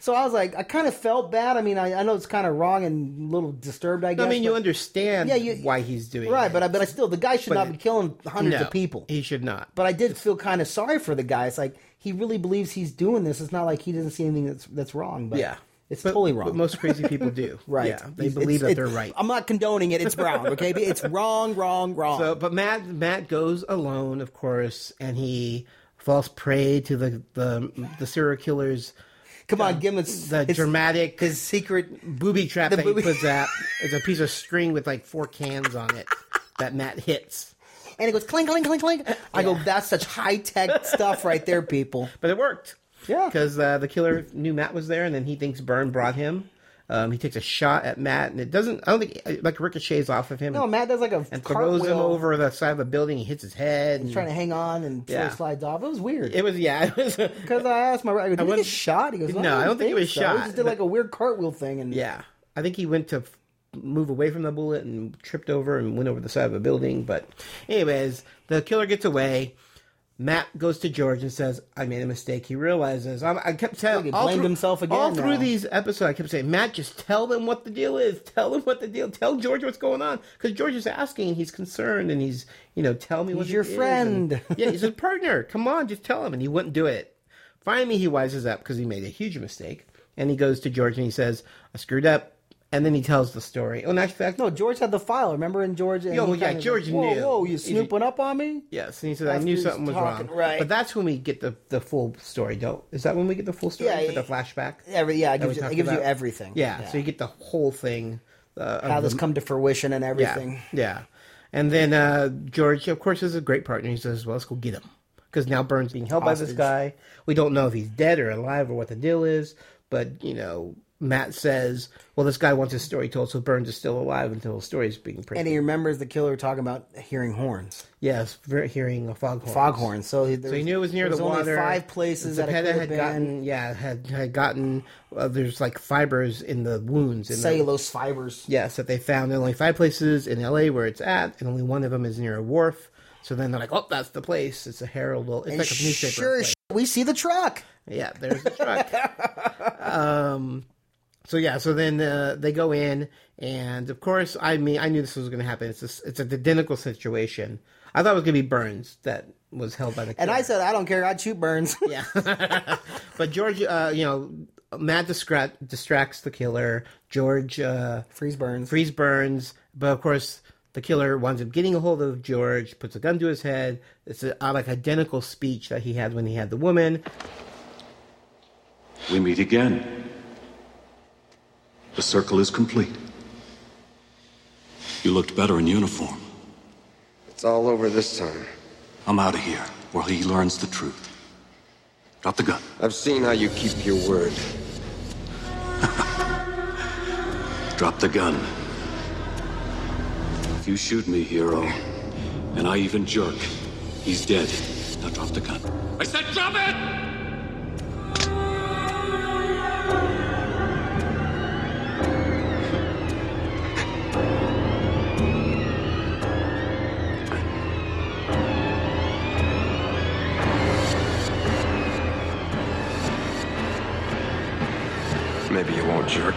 Speaker 3: So I was like, I kind of felt bad. I mean, I, I know it's kind of wrong and a little disturbed. I
Speaker 2: No,
Speaker 3: guess.
Speaker 2: I mean, you
Speaker 3: but-
Speaker 2: understand
Speaker 3: Yeah, you-
Speaker 2: why he's doing it.
Speaker 3: right? But I, but I still, the guy should
Speaker 2: But
Speaker 3: not be killing hundreds
Speaker 2: No,
Speaker 3: of people.
Speaker 2: He should not.
Speaker 3: But I did feel kind of sorry for the guy. It's like he really believes he's doing this. It's not like he doesn't see anything that's that's wrong. But
Speaker 2: Yeah.
Speaker 3: it's totally wrong.
Speaker 2: But most crazy people do.
Speaker 3: right?
Speaker 2: Yeah, they
Speaker 3: It's-
Speaker 2: believe
Speaker 3: it's-
Speaker 2: that they're
Speaker 3: it's-
Speaker 2: right.
Speaker 3: I'm not condoning it. It's wrong. Okay, it's wrong, wrong, wrong.
Speaker 2: So, but Matt Matt goes alone, of course, and he falls prey to the the, the serial killer's. uh,
Speaker 3: Come on, give him
Speaker 2: the dramatic
Speaker 3: his secret
Speaker 2: booby trap
Speaker 3: the
Speaker 2: that
Speaker 3: booby-
Speaker 2: he puts out. It's a piece of string with like four cans on it that Matt hits.
Speaker 3: and it goes clink, clink, clink, clink. I go, that's such high tech stuff right there, people.
Speaker 2: But it worked.
Speaker 3: Yeah.
Speaker 2: Because uh, the killer knew Matt was there, and then he thinks Byrne brought him. Um, he takes a shot at Matt, and it doesn't. I don't think it, like ricochets off of him.
Speaker 3: No, Matt does like a
Speaker 2: and throws him
Speaker 3: cartwheel.
Speaker 2: over the side of a building. He hits his head.
Speaker 3: He's trying to hang on and
Speaker 2: Yeah.
Speaker 3: sort of slides off. It was weird.
Speaker 2: It was yeah. It was
Speaker 3: because I asked my brother, I go, "Did he get shot?" He goes,
Speaker 2: No, I don't think he was
Speaker 3: so." He
Speaker 2: shot,
Speaker 3: just did
Speaker 2: but-
Speaker 3: like a weird cartwheel thing, and
Speaker 2: Yeah, I think he went to f- move away from the bullet and tripped over and went over the side of a building. But, anyways, the killer gets away. Matt goes to George and says, "I made a mistake." He realizes. I'm, I kept telling.
Speaker 3: He
Speaker 2: all
Speaker 3: blamed
Speaker 2: through-
Speaker 3: himself again
Speaker 2: All through
Speaker 3: now.
Speaker 2: these episodes, I kept saying, "Matt, just tell them what the deal is. Tell them what the deal. Tell George what's going on." Because George is asking, and he's concerned, and he's, you know, tell me what
Speaker 3: He's your
Speaker 2: it is,"
Speaker 3: friend.
Speaker 2: and- yeah, he's his partner. Come on, just tell him. And he wouldn't do it. Finally, he wises up because he made a huge mistake. and he goes to George and he says, I screwed up. And then he tells the story. Oh, in actual fact,
Speaker 3: no, George had the file. Remember, and George. And
Speaker 2: Yo,
Speaker 3: he
Speaker 2: yeah,
Speaker 3: kinda was
Speaker 2: George
Speaker 3: like, whoa,
Speaker 2: knew.
Speaker 3: Whoa, you
Speaker 2: Is he-
Speaker 3: snooping up on me?
Speaker 2: Yes, and he said, I
Speaker 3: After
Speaker 2: knew
Speaker 3: he's
Speaker 2: something was
Speaker 3: talking-
Speaker 2: wrong.
Speaker 3: right.
Speaker 2: But that's when we get the, the full story, don't? Is that when we get the full story
Speaker 3: Yeah,
Speaker 2: for the
Speaker 3: it-
Speaker 2: flashback?
Speaker 3: Every, yeah, it
Speaker 2: that we
Speaker 3: gives, you, it
Speaker 2: talked
Speaker 3: gives you
Speaker 2: about?
Speaker 3: everything.
Speaker 2: Yeah, so you get the whole thing. Uh, of
Speaker 3: how this
Speaker 2: the-
Speaker 3: come to fruition and
Speaker 2: yeah,
Speaker 3: everything.
Speaker 2: Yeah. And then uh, George, of course, is a great partner. He says, well, let's go get him. Because now Burns being held by this
Speaker 3: Hostage.
Speaker 2: guy. We don't know if he's dead or alive or what the deal is. But, you know, Matt says, well, this guy wants his story told, so Burns is still alive until his story is being printed.
Speaker 3: And he remembers the killer talking about hearing horns,
Speaker 2: Yes, ver- hearing a foghorn.
Speaker 3: foghorns. So he,
Speaker 2: So he knew it was near
Speaker 3: there's
Speaker 2: the
Speaker 3: only
Speaker 2: water.
Speaker 3: Five places that it
Speaker 2: Zepeda
Speaker 3: could have
Speaker 2: had
Speaker 3: been.
Speaker 2: gotten, yeah, had had gotten. Uh, there's like fibers in the wounds, in the-
Speaker 3: Cellulose fibers.
Speaker 2: Yes, that they found only five places in LA where it's at, and only one of them is near a wharf. So then they're like, "Oh, that's the place. It's a herald. It's
Speaker 3: And
Speaker 2: like a newspaper."
Speaker 3: sure as
Speaker 2: place.
Speaker 3: shit, we see the truck.
Speaker 2: Yeah, there's the truck. um, so yeah, so then uh, they go in, and of course, I mean, I knew this was going to happen. It's this, it's an identical situation. I thought it was going to be Burns that was held by the.
Speaker 3: And I
Speaker 2: killer.
Speaker 3: said, I don't care. I'd shoot Burns.
Speaker 2: Yeah. But George, uh, you know, Matt distra- distracts the killer. George uh,
Speaker 3: freeze burns.
Speaker 2: Freeze burns. But of course, the killer winds up getting a hold of George, puts a gun to his head. It's a, uh, like identical speech that he had when he had the woman.
Speaker 17: We meet again. The circle is complete. You looked better in uniform.
Speaker 5: It's all over this time.
Speaker 17: I'm out of here while he learns the truth. Drop the gun.
Speaker 5: I've seen how you keep your word.
Speaker 17: Drop the gun. If you shoot me, hero, and I even jerk, he's dead. Now drop the gun. I said drop it!
Speaker 5: Maybe you won't jerk.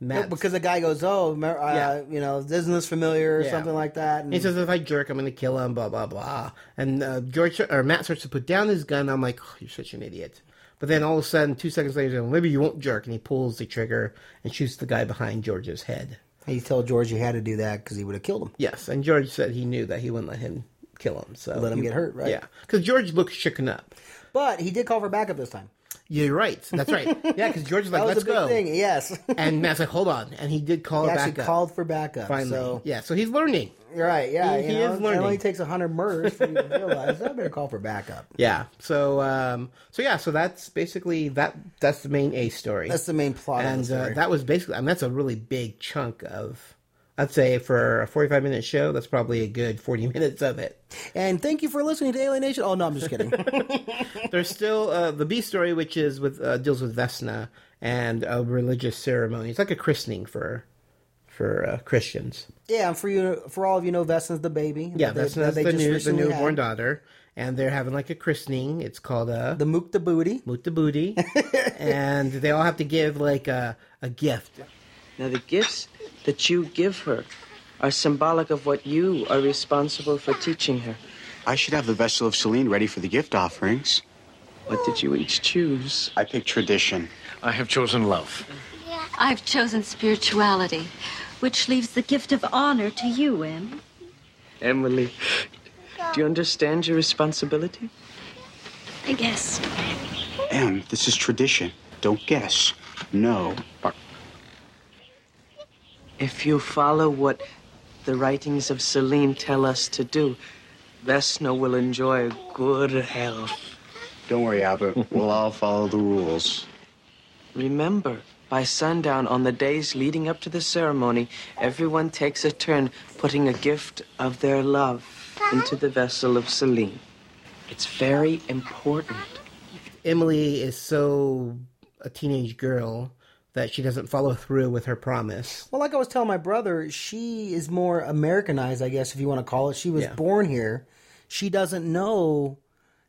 Speaker 2: Matt.
Speaker 3: because the guy goes, oh, remember, uh,
Speaker 2: Yeah.
Speaker 3: you know, isn't this familiar or
Speaker 2: Yeah.
Speaker 3: something like that? And
Speaker 2: He says, "If I jerk, I'm going to kill him." Blah blah blah. And uh, George or Matt starts to put down his gun. I'm like, oh, "You're such an idiot." But then all of a sudden, two seconds later, he's like, maybe you won't jerk, and he pulls the trigger and shoots the guy behind George's head.
Speaker 3: he told George he had to do that because he would have killed him.
Speaker 2: Yes, and George said he knew that he wouldn't let him kill him. So
Speaker 3: Let him
Speaker 2: he-
Speaker 3: get hurt, right?
Speaker 2: Yeah, because George looked shooken up.
Speaker 3: But he did call for backup this time.
Speaker 2: You're right. That's right. Yeah, because George was like,
Speaker 3: That was
Speaker 2: "Let's
Speaker 3: a big
Speaker 2: go,"
Speaker 3: thing. Yes.
Speaker 2: and Matt's like, "Hold on," and he did call
Speaker 3: he
Speaker 2: her
Speaker 3: actually
Speaker 2: back up.
Speaker 3: called for backup.
Speaker 2: Finally,
Speaker 3: So
Speaker 2: yeah. So he's learning.
Speaker 3: you're right. Yeah,
Speaker 2: He-
Speaker 3: you
Speaker 2: he
Speaker 3: know,
Speaker 2: is learning.
Speaker 3: It only takes hundred murders for you to realize I better call for backup.
Speaker 2: Yeah. So um so yeah, so that's basically that that's the main A story.
Speaker 3: That's the main plot of the
Speaker 2: And
Speaker 3: story.
Speaker 2: Uh, that was basically I mean that's a really big chunk of I'd say for a 45 minute show, that's probably a good 40 minutes of it.
Speaker 3: And thank you for listening to Alienation. Oh no, I'm just kidding.
Speaker 2: There's still uh, the B story which is with uh, deals with Vesna and a religious ceremony. It's like a christening for for uh, Christians.
Speaker 3: yeah, and for you, for all of you know, Vesna's the baby.
Speaker 2: Yeah,
Speaker 3: that they-
Speaker 2: that's
Speaker 3: that
Speaker 2: that's
Speaker 3: they
Speaker 2: the
Speaker 3: just
Speaker 2: new the
Speaker 3: recently
Speaker 2: newborn
Speaker 3: had.
Speaker 2: daughter, and they're having like a christening. It's called a
Speaker 3: the Mook the Booty.
Speaker 2: Mook the Booty, and they all have to give like a a gift.
Speaker 11: Now, the gifts that you give her are symbolic of what you are responsible for teaching her.
Speaker 10: I should have the vessel of Celine ready for the gift offerings.
Speaker 11: What did you each choose?
Speaker 10: I picked tradition.
Speaker 13: I have chosen love.
Speaker 9: I've chosen spirituality, which leaves the gift of honor to you, Em.
Speaker 11: Emily, do you understand your responsibility?
Speaker 9: I guess.
Speaker 10: Em, this is tradition. Don't guess. No.
Speaker 11: If you follow what the writings of Celine tell us to do, Vesna will enjoy good health.
Speaker 10: Don't worry, Albert. We'll all follow the rules.
Speaker 11: Remember, by sundown on the days leading up to the ceremony, everyone takes a turn putting a gift of their love into the vessel of Celine. It's very important.
Speaker 2: Emily is so a teenage girl that she doesn't follow through with her promise.
Speaker 3: Well, like I was telling my brother, she is more Americanized, I guess, if you want to call it. She was
Speaker 2: Yeah.
Speaker 3: born here. She doesn't know,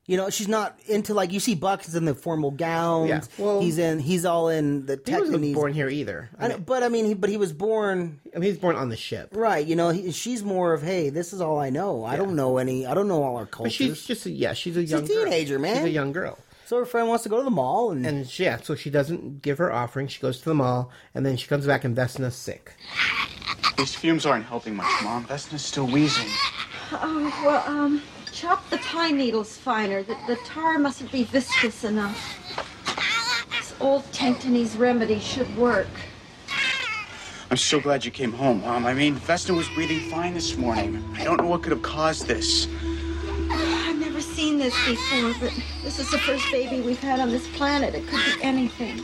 Speaker 3: you know, she's not into like you see Buck's in the formal gowns.
Speaker 2: Yeah, well-
Speaker 3: he's in, he's all in the
Speaker 2: He wasn't
Speaker 3: techniques.
Speaker 2: born here either. I
Speaker 3: I know,
Speaker 2: mean,
Speaker 3: but I mean, he, but he was born
Speaker 2: I mean, he's born on the ship.
Speaker 3: right. You know, he, she's more of hey, this is all I know. I don't know any. I don't know all our
Speaker 2: But
Speaker 3: cultures.
Speaker 2: she's just a, yeah, she's a young
Speaker 3: teenager,
Speaker 2: girl.
Speaker 3: man.
Speaker 2: She's a young girl.
Speaker 3: So her friend wants to go to the mall, and,
Speaker 2: and yeah, so she doesn't give her offering. She goes to the mall, and then she comes back, and Vesna's sick.
Speaker 10: These fumes aren't helping much, Mom. Vesna's still wheezing.
Speaker 9: Oh, well, um, chop the pine needles finer. The, the tar mustn't be viscous enough. This old Tantany's remedy should work.
Speaker 10: I'm so glad you came home, Mom. I mean, Vesna was breathing fine this morning. I don't know what could have caused this.
Speaker 9: I've never seen this before, but this is the first baby we've had on this planet. It could be anything.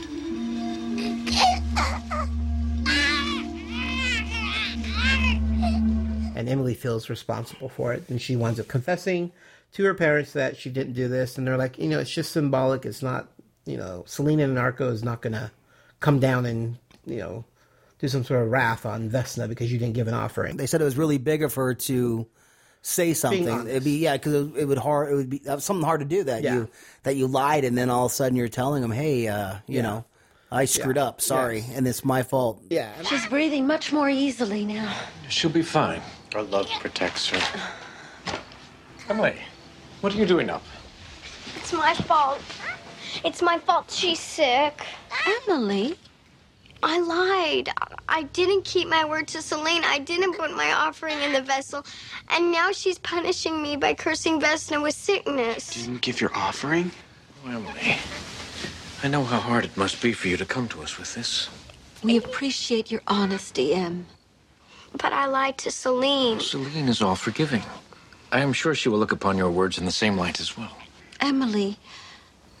Speaker 2: and Emily feels responsible for it. And she winds up confessing to her parents that she didn't do this. And they're like, you know, it's just symbolic. It's not, you know, Selena Narco is not going to come down and, you know, do some sort of wrath on Vesna because you didn't give an offering.
Speaker 3: They said it was really big of her to say something.
Speaker 2: honest.
Speaker 3: It'd be yeah, because it, would hard. It would be uh, something hard to do that you that you lied, and then all of a sudden you're telling them, hey, uh, you
Speaker 2: Yeah.
Speaker 3: know, I screwed up. Sorry,
Speaker 2: Yes.
Speaker 3: and it's my fault.
Speaker 2: Yeah.
Speaker 9: She's breathing much more easily now.
Speaker 10: She'll be fine. Our love protects her.
Speaker 13: Emily, what are you doing up?
Speaker 8: It's my fault. It's my fault she's sick.
Speaker 9: Emily?
Speaker 8: I lied. I didn't keep my word to Selene. I didn't put my offering in the vessel. And now she's punishing me by cursing Vesna with sickness.
Speaker 10: Didn't give your offering?
Speaker 17: Oh, Emily. I know how hard it must be for you to come to us with this.
Speaker 9: We appreciate your honesty, Em.
Speaker 8: But I lied to Selene.
Speaker 17: Celine is all forgiving. I am sure she will look upon your words in the same light as well.
Speaker 9: Emily,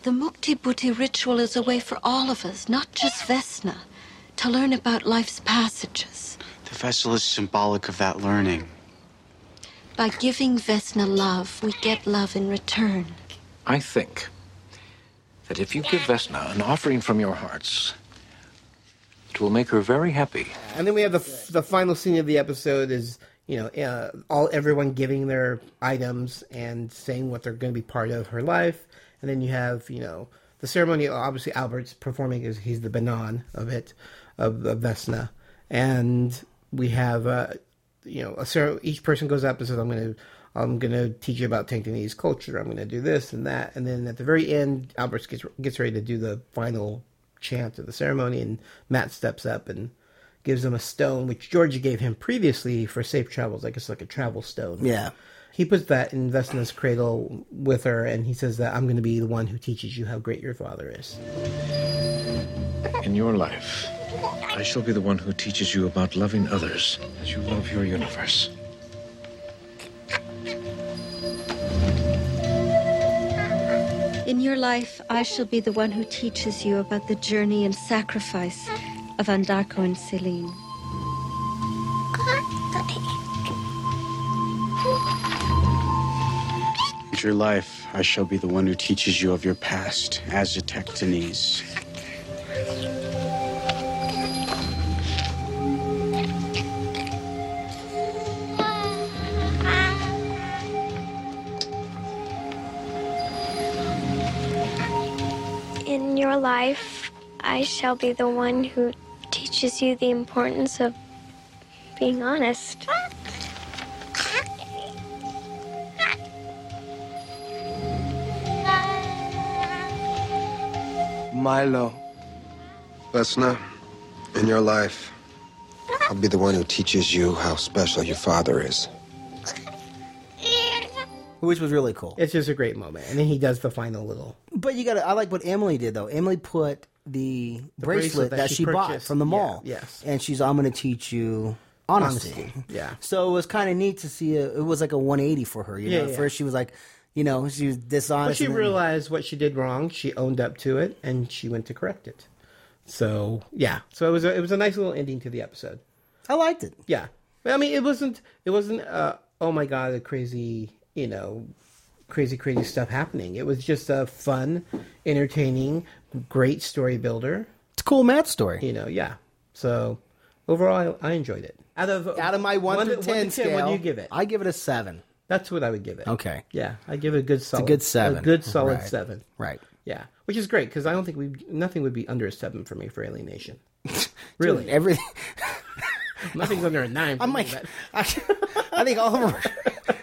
Speaker 9: the Mukti Bhuti ritual is a way for all of us, not just Vesna, to learn about life's passages.
Speaker 10: The vessel is symbolic of that learning.
Speaker 9: By giving Vesna love, we get love in return.
Speaker 17: I think that if you give Vesna an offering from your hearts, it will make her very happy.
Speaker 2: And then we have the f- the final scene of the episode is you know uh, all everyone giving their items and saying what they're going to be part of her life, and then you have you know the ceremony. Obviously, Albert's performing is he's the Benon of it of, of Vesna, and we have uh, you know a cer- each person goes up and says I'm going to. I'm gonna teach you about Tanganese culture. I'm gonna do this and that, and then at the very end, Albert gets gets ready to do the final chant of the ceremony, and Matt steps up and gives him a stone, which Georgia gave him previously for safe travels. I guess like a travel stone.
Speaker 3: Yeah.
Speaker 2: He puts that in Vesna's cradle with her, and he says that I'm going to be the one who teaches you how great your father is.
Speaker 17: In your life, I shall be the one who teaches you about loving others as you love your universe.
Speaker 9: In your life, I shall be the one who teaches you about the journey and sacrifice of Andako and Celine.
Speaker 10: In your life, I shall be the one who teaches you of your past, Azatectonese.
Speaker 8: In your life, I shall be the one who teaches you the importance of being honest.
Speaker 5: Milo. Vesna, in your life, I'll be the one who teaches you how special your father is.
Speaker 3: Which was really cool.
Speaker 2: It's just a great moment, and then he does the final little.
Speaker 3: But you got to. I like what Emily did though. Emily put the, bracelet, that, she, bought
Speaker 2: purchased.
Speaker 3: from the
Speaker 2: Yeah,
Speaker 3: mall.
Speaker 2: yes.
Speaker 3: And she's, I'm going to teach you honesty.
Speaker 2: Honesty, yeah.
Speaker 3: So it was kind of neat to see. A, it was like a 180 for her. You
Speaker 2: Yeah,
Speaker 3: know, at
Speaker 2: yeah.
Speaker 3: first she was like, you know, she was dishonest.
Speaker 2: But she
Speaker 3: and then-
Speaker 2: realized what she did wrong. She owned up to it, and she went to correct it. So yeah, so it was a, it was a nice little ending to the episode.
Speaker 3: I liked it.
Speaker 2: Yeah, Well, I mean it wasn't it wasn't uh, oh my god the crazy you know crazy crazy stuff happening. It was just a fun, entertaining, great story builder.
Speaker 3: It's a cool Matt story.
Speaker 2: You know, yeah. So overall, I, I enjoyed it. Out of
Speaker 3: out of my one,
Speaker 2: one
Speaker 3: through
Speaker 2: to-
Speaker 3: ten,
Speaker 2: one to 10,
Speaker 3: scale,
Speaker 2: what do you give it?
Speaker 3: I give it a seven.
Speaker 2: That's what I would give it.
Speaker 3: Okay,
Speaker 2: Yeah, I give it a good
Speaker 3: it's
Speaker 2: solid.
Speaker 3: a good seven.
Speaker 2: A good solid
Speaker 3: Right.
Speaker 2: seven.
Speaker 3: Right.
Speaker 2: Yeah, which is great because I don't think we nothing would be under a seven for me for Alienation. Really,
Speaker 3: everything.
Speaker 2: Nothing's under a nine.
Speaker 3: I'm
Speaker 2: for me,
Speaker 3: like,
Speaker 2: but-
Speaker 3: I, I think all of them. Are,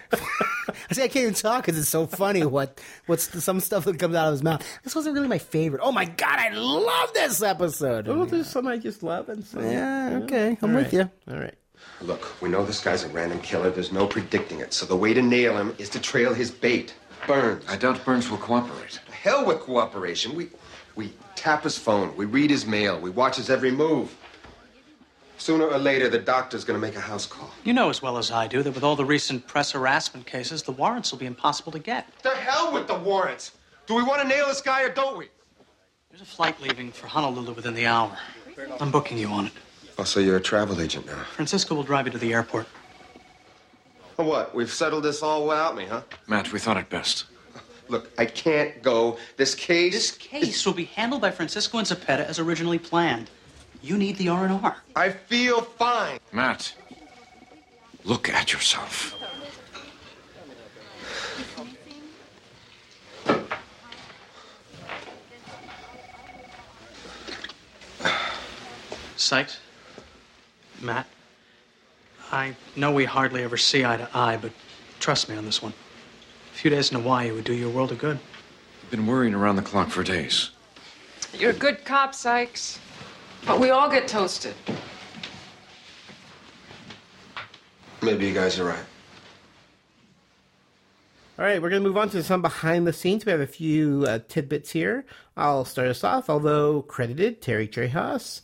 Speaker 3: I see, I can't even talk because it's so funny. What what's the, some stuff that comes out of his mouth? This wasn't really my favorite. Oh my god, I love this episode.
Speaker 2: Well, there's some I just love and some.
Speaker 3: Yeah,
Speaker 2: you know.
Speaker 3: okay, I'm
Speaker 2: All
Speaker 3: with
Speaker 2: right.
Speaker 3: you.
Speaker 2: All right.
Speaker 5: Look, we know this guy's a random killer. There's no predicting it. So the way to nail him is to trail his bait. Burns. I doubt Burns will cooperate. Hell with cooperation. We we tap his phone, we read his mail, we watch his every move. Sooner or later, the doctor's gonna make a house call.
Speaker 7: You know as well as I do that with all the recent press harassment cases, the warrants will be impossible to get.
Speaker 5: The hell with the warrants! Do we want to nail this guy or don't we?
Speaker 7: There's a flight leaving for Honolulu within the hour. I'm booking you on it.
Speaker 5: Oh, so you're a travel agent now.
Speaker 7: Francisco will drive you to the airport.
Speaker 5: What? We've settled this all without me, huh?
Speaker 18: Matt, we thought it best.
Speaker 5: Look, I can't go. This case.
Speaker 7: This case will be handled by Francisco and Zapeta as originally planned. You need the R&R.
Speaker 5: I feel fine.
Speaker 18: Matt, look at yourself.
Speaker 7: Sykes, Matt, I know we hardly ever see eye to eye, but trust me on this one. A few days in Hawaii would do you a world of good.
Speaker 18: You've been worrying around the clock for days.
Speaker 20: You're a good cop, Sykes. But we all get toasted.
Speaker 5: Maybe you guys are right.
Speaker 2: All right, we're going to move on to some behind the scenes. We have a few uh, tidbits here. I'll start us off. Although credited Terry Trejas,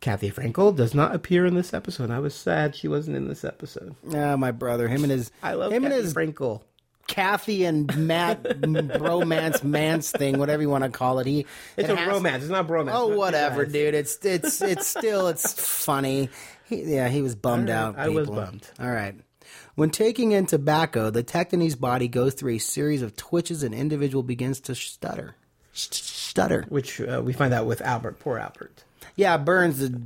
Speaker 2: Kathy Frankel does not appear in this episode. I was sad she wasn't in this episode.
Speaker 3: Yeah, my brother, him and his
Speaker 2: I love
Speaker 3: him
Speaker 2: Kathy
Speaker 3: and his
Speaker 2: Frankel.
Speaker 3: Kathy and Matt bromance man's thing, whatever you want to call it. He
Speaker 2: It's
Speaker 3: it
Speaker 2: a
Speaker 3: has-
Speaker 2: romance. It's not bromance.
Speaker 3: Oh,
Speaker 2: Don't do
Speaker 3: whatever,
Speaker 2: that.
Speaker 3: dude. It's it's it's still it's funny. He, yeah, he was bummed
Speaker 2: All right,
Speaker 3: out.
Speaker 2: I was
Speaker 3: people.
Speaker 2: bummed.
Speaker 3: All right. When taking in tobacco, the tectony's body goes through a series of twitches and individual begins to stutter. Stutter.
Speaker 2: Which uh, we find out with Albert. Poor Albert.
Speaker 3: Yeah, Burns. The,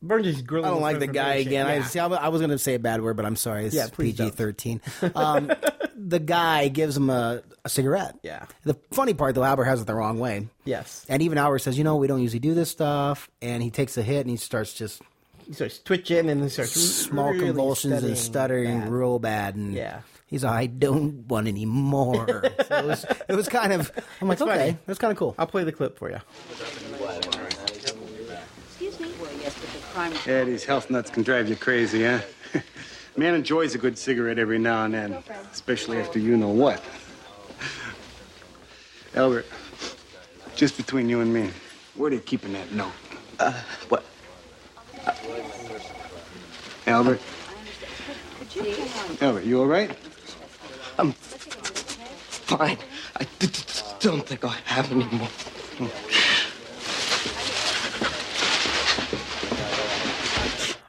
Speaker 2: Burns is grilling.
Speaker 3: I don't
Speaker 2: us
Speaker 3: like
Speaker 2: for
Speaker 3: the guy
Speaker 2: information.
Speaker 3: again. I
Speaker 2: Yeah.
Speaker 3: see. I, I was going to say a bad word, but I'm sorry. It's
Speaker 2: Yeah, please
Speaker 3: PG
Speaker 2: don't.
Speaker 3: thirteen. Um, the guy gives him a, a cigarette.
Speaker 2: Yeah.
Speaker 3: The funny part though, Albert has it the wrong way.
Speaker 2: Yes.
Speaker 3: And even Albert says, you know, we don't usually do this stuff. And he takes a hit and he starts just
Speaker 2: He starts twitching and then starts
Speaker 3: small
Speaker 2: really
Speaker 3: convulsions and stuttering real bad. And
Speaker 2: Yeah.
Speaker 3: he's like, I don't want any more. so it, was, it was kind of, I'm like,
Speaker 2: It's funny.
Speaker 3: okay, that's kind of cool.
Speaker 2: I'll play the clip for you.
Speaker 21: Excuse me. Well, yes, but the crime.
Speaker 10: Yeah, these health nuts can drive you crazy, huh? Man enjoys a good cigarette every now and then, especially after you know what. Albert, just between you and me, where are you keeping that note? Uh, what? Albert,
Speaker 21: Could you hang on?
Speaker 10: Albert, you all right?
Speaker 22: I'm fine. I d- d- d- don't think I have any more.
Speaker 2: Hmm.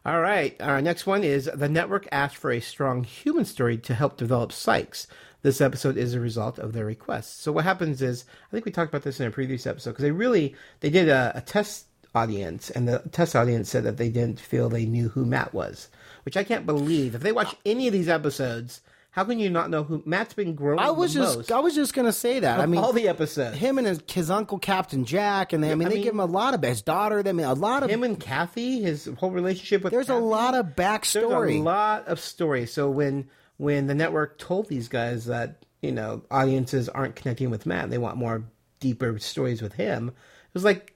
Speaker 2: All right, our next one is the network asked for a strong human story to help develop Sykes. This episode is a result of their request. So what happens is, I think we talked about this in a previous episode because they really they did a, a test audience, and the test audience said that they didn't feel they knew who Matt was, which I can't believe. If they watch any of these episodes, how can you not know who Matt's been growing?
Speaker 3: I was
Speaker 2: the
Speaker 3: just,
Speaker 2: most
Speaker 3: I was just gonna say that. I
Speaker 2: of
Speaker 3: mean,
Speaker 2: all the episodes.
Speaker 3: him and his, his uncle Captain Jack, and they, I mean, they give him a lot of his daughter. They I mean a lot of
Speaker 2: him and Kathy, his whole relationship with
Speaker 3: There's a lot of
Speaker 2: There's
Speaker 3: backstory.
Speaker 2: a lot of story. So when when the network told these guys that you know audiences aren't connecting with Matt, they want more deeper stories with him. It was like,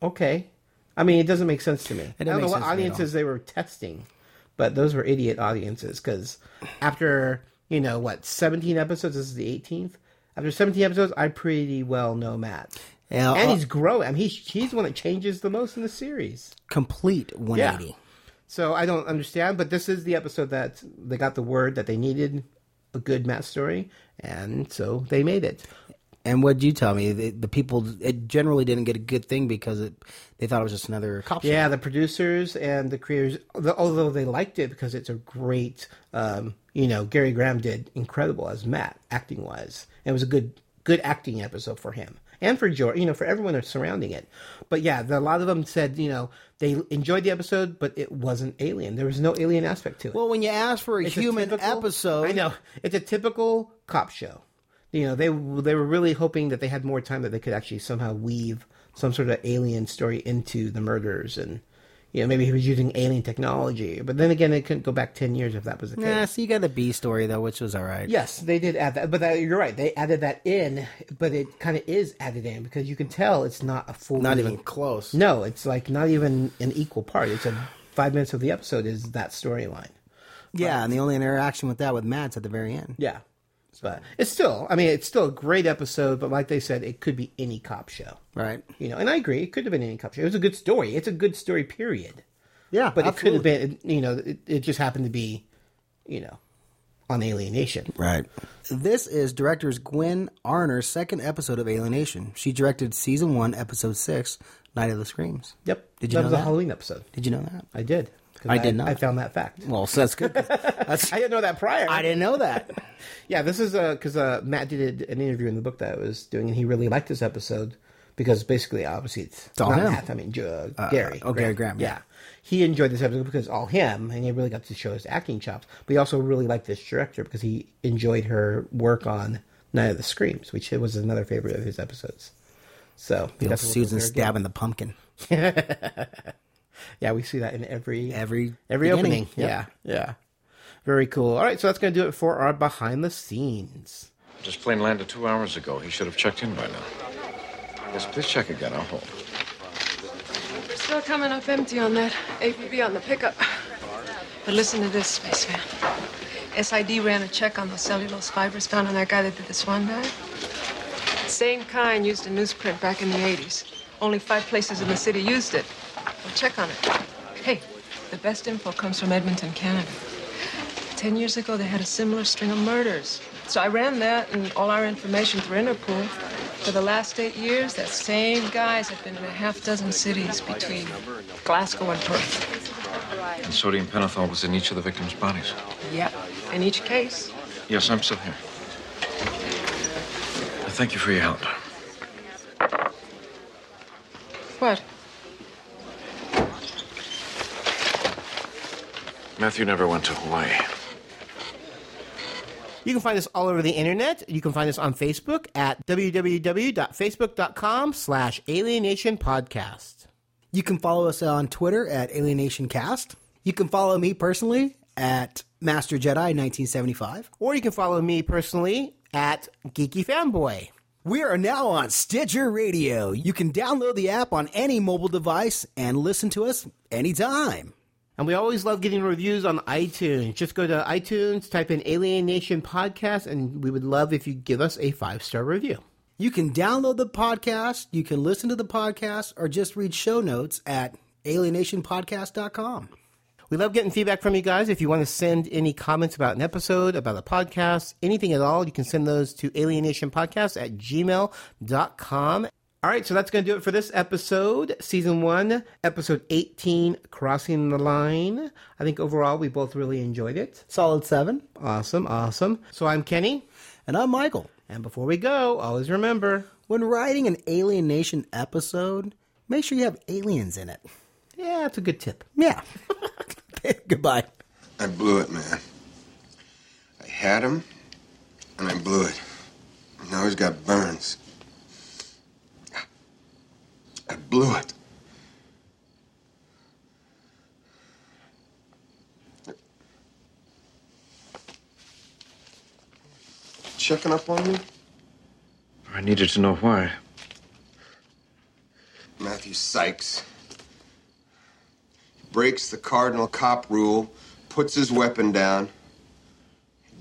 Speaker 2: okay, I mean, it doesn't make sense to me. I don't
Speaker 3: didn't
Speaker 2: know
Speaker 3: make
Speaker 2: what
Speaker 3: sense to me at
Speaker 2: audiences they were testing, but those were idiot audiences because after you know what, 17 episodes. This is the 18th. After 17 episodes, I pretty well know Matt.
Speaker 3: Yeah,
Speaker 2: and
Speaker 3: uh,
Speaker 2: he's growing. I mean, he's, he's the one that changes the most in the series.
Speaker 3: complete 180.
Speaker 2: So I don't understand, but this is the episode that they got the word that they needed a good Matt story, and so they made it.
Speaker 3: And what'd you tell me? The, the people it generally didn't get a good thing because it, they thought it was just another cop show.
Speaker 2: Yeah, the producers and the creators, the- although they liked it because it's a great, um, you know, Gary Graham did incredible as Matt acting wise. It was a good, good acting episode for him and for George, you know, for everyone that's surrounding it. But yeah, the, a lot of them said, you know, they enjoyed the episode, but it wasn't alien. There was no alien aspect to it.
Speaker 3: Well, when you ask for a
Speaker 2: It's a
Speaker 3: human
Speaker 2: typical-
Speaker 3: episode,
Speaker 2: I know it's a typical cop show. You know, they they were really hoping that they had more time that they could actually somehow weave some sort of alien story into the murders and you know, maybe he was using alien technology. But then again, it couldn't go back 10 years if that was the case.
Speaker 3: Nah, so you got the B story though, which was all right.
Speaker 2: Yes, they did add that, but that, you're right. They added that in, but it kind of is added in because you can tell it's not a full.
Speaker 3: Not even close.
Speaker 2: No, it's like not even an equal part. It's a five minutes of the episode is that storyline.
Speaker 3: Yeah, and the only interaction with that with Matt's at the very end.
Speaker 2: Yeah, but it's still. I mean, it's still a great episode. But like they said, it could be any cop show,
Speaker 3: right?
Speaker 2: You know, and I agree. It could have been any cop show. It was a good story. It's a good story. Period.
Speaker 3: Yeah,
Speaker 2: but it could have been. You know, it, it just happened to be, you know, on Alienation.
Speaker 3: Right. This is directors Gwen Arner's second episode of Alienation. She directed season one, episode six, Night of the Screams.
Speaker 2: Yep.
Speaker 3: Did you
Speaker 2: that
Speaker 3: know
Speaker 2: was
Speaker 3: that?
Speaker 2: a Halloween episode?
Speaker 3: Did you know that?
Speaker 2: I did. 'Cause
Speaker 3: I did not.
Speaker 2: I found that fact.
Speaker 3: Well, so that's good. That's,
Speaker 2: I didn't know that prior.
Speaker 3: I didn't know that.
Speaker 2: Yeah, this is because uh, Matt did an interview in the book that I was doing, and he really liked this episode because basically, obviously, it's,
Speaker 3: all
Speaker 2: not
Speaker 3: him.
Speaker 2: Matt, I mean, Jo-
Speaker 3: Uh,
Speaker 2: Gary.
Speaker 3: oh, Gary Graham, yeah.
Speaker 2: Yeah. He enjoyed this episode because all him, and he really got to show his acting chops. But he also really liked this director because he enjoyed her work on Night of the Screams, which was another favorite of his episodes. So
Speaker 3: The old
Speaker 2: that's what
Speaker 3: Susan
Speaker 2: we're doing.
Speaker 3: stabbing the pumpkin.
Speaker 2: Yeah, we see that in every
Speaker 3: Every
Speaker 2: every
Speaker 3: beginning.
Speaker 2: opening.
Speaker 3: Yep.
Speaker 2: Yeah, yeah. Very cool. All right, so that's going to do it for our behind the scenes.
Speaker 6: Just plane landed two hours ago. He should have checked in by now. Yes, please check again. I'll hold.
Speaker 20: We're still coming up empty on that APB on the pickup. But listen to this, spaceman. SID ran a check on the cellulose fibers found in that guy that did the swan dive. Same kind used in newsprint back in the 80s. Only five places in the city used it. Well, check on it. Hey, the best info comes from Edmonton, Canada. Ten years ago, they had a similar string of murders. So I ran that and all our information through Interpol. For the last eight years, that same guys have been in a half dozen cities between Glasgow and Perth.
Speaker 6: And sodium pentothal was in each of the victims' bodies.
Speaker 20: Yep. In each case,
Speaker 6: Yes, I'm still here. Thank you for your help.
Speaker 20: what?
Speaker 6: Matthew never went to Hawaii.
Speaker 2: You can find us all over the internet. You can find us on Facebook at www.facebook.com slash alienation podcast.
Speaker 3: You can follow us on Twitter at AlienationCast. You can follow me personally at Master Jedi 1975.
Speaker 2: Or you can follow me personally at Geeky Fanboy.
Speaker 3: We are now on Stitcher Radio. You can download the app on any mobile device and listen to us anytime.
Speaker 2: And we always love getting reviews on iTunes. Just go to iTunes, type in Alienation Podcast, and we would love if you give us a five-star review.
Speaker 3: You can download the podcast, you can listen to the podcast, or just read show notes at alienationpodcast.com.
Speaker 2: We love getting feedback from you guys. If you want to send any comments about an episode, about a podcast, anything at all, you can send those to alienationpodcast at gmail.com. All right, so that's going to do it for this episode, season one, episode 18, Crossing the Line. I think overall we both really enjoyed it.
Speaker 3: Solid seven.
Speaker 2: Awesome, awesome. So I'm Kenny.
Speaker 3: And I'm Michael.
Speaker 2: And before we go, always remember
Speaker 3: When writing an alienation episode, make sure you have aliens in it.
Speaker 2: yeah, that's a good tip.
Speaker 3: Yeah. Goodbye.
Speaker 5: I blew it, man. I had him, and I blew it. Now he's got burns. I blew it. Checking up on you?
Speaker 6: I needed to know why.
Speaker 5: Matthew Sykes breaks the cardinal cop rule, puts his weapon down,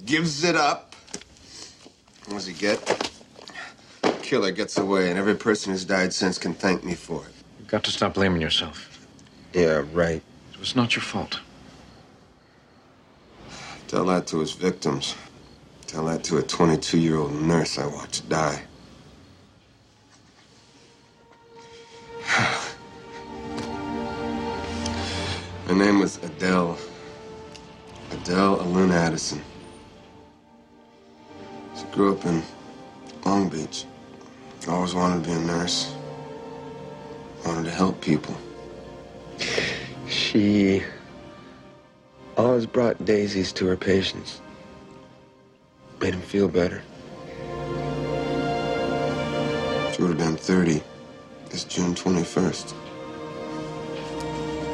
Speaker 5: gives it up. What does he get? Killer gets away, and every person who's died since can thank me for it.
Speaker 6: You've got to stop blaming yourself.
Speaker 5: Yeah, right.
Speaker 6: It was not your fault.
Speaker 5: Tell that to his victims. Tell that to a 22 year old nurse I watched die. Her name was Adele. Adele Aluna Addison. She grew up in Long Beach. Always wanted to be a nurse. Wanted to help people.
Speaker 1: She always brought daisies to her patients. Made him feel better.
Speaker 5: She would have been 30 this June 21st.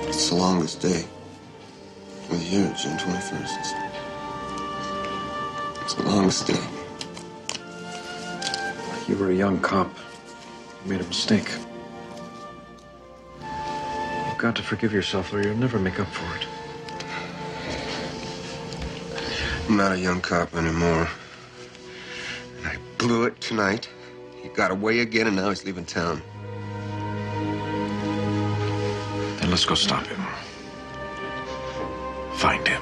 Speaker 1: It's the longest day of the year, June 21st. It's, it's the longest day.
Speaker 6: You were a young cop. You made a mistake. You've got to forgive yourself or you'll never make up for it.
Speaker 1: I'm not a young cop anymore. And I blew it tonight. He got away again, and now he's leaving town.
Speaker 6: Then let's go stop him. Find him.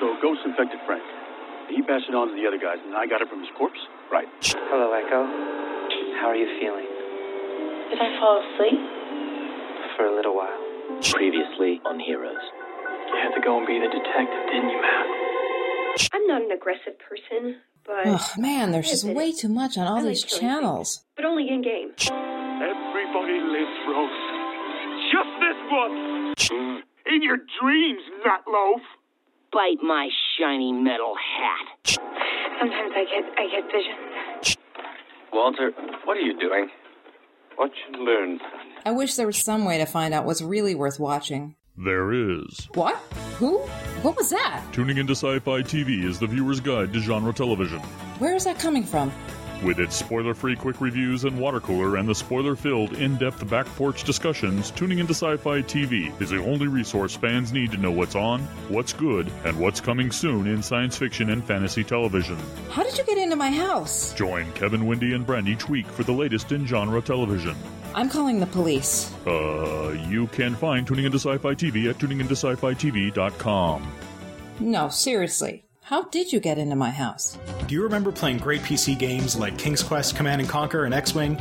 Speaker 4: So Ghost infected Frank. He passed it on to the other guys, and I got it from his corpse? Right.
Speaker 12: Hello, Echo. How are you feeling?
Speaker 23: Did I fall asleep?
Speaker 12: For a little while.
Speaker 24: Previously on Heroes.
Speaker 4: You had to go and be the detective, didn't you, Matt?
Speaker 23: I'm not an aggressive person, but.
Speaker 25: Ugh, man, there's just way too much on all
Speaker 23: I like
Speaker 25: these
Speaker 23: killing
Speaker 25: channels.
Speaker 23: things, but only in game.
Speaker 4: Everybody lives, Rose. Just this once. In your dreams, Nutloaf.
Speaker 24: Bite my shiny metal hat.
Speaker 23: Sometimes I get I get visions.
Speaker 18: Walter, what are you doing? Watch and learn.
Speaker 25: I wish there was some way to find out what's really worth watching.
Speaker 26: There is.
Speaker 25: What? Who? What was that?
Speaker 26: Tuning into Sci Fi TV is the viewer's guide to genre television.
Speaker 25: Where is that coming from?
Speaker 26: With its spoiler free quick reviews and water cooler and the spoiler filled in depth back porch discussions, Tuning into Sci Fi TV is the only resource fans need to know what's on, what's good, and what's coming soon in science fiction and fantasy television.
Speaker 25: How did you get into my house?
Speaker 26: Join Kevin, Wendy, and Brent each week for the latest in genre television.
Speaker 25: I'm calling the police.
Speaker 26: Uh, you can find Tuning into Sci Fi TV at tuningintoscifitv.com.
Speaker 25: No, seriously. How did you get into my house?
Speaker 27: Do you remember playing great PC games like King's Quest, Command and Conquer, and X-Wing?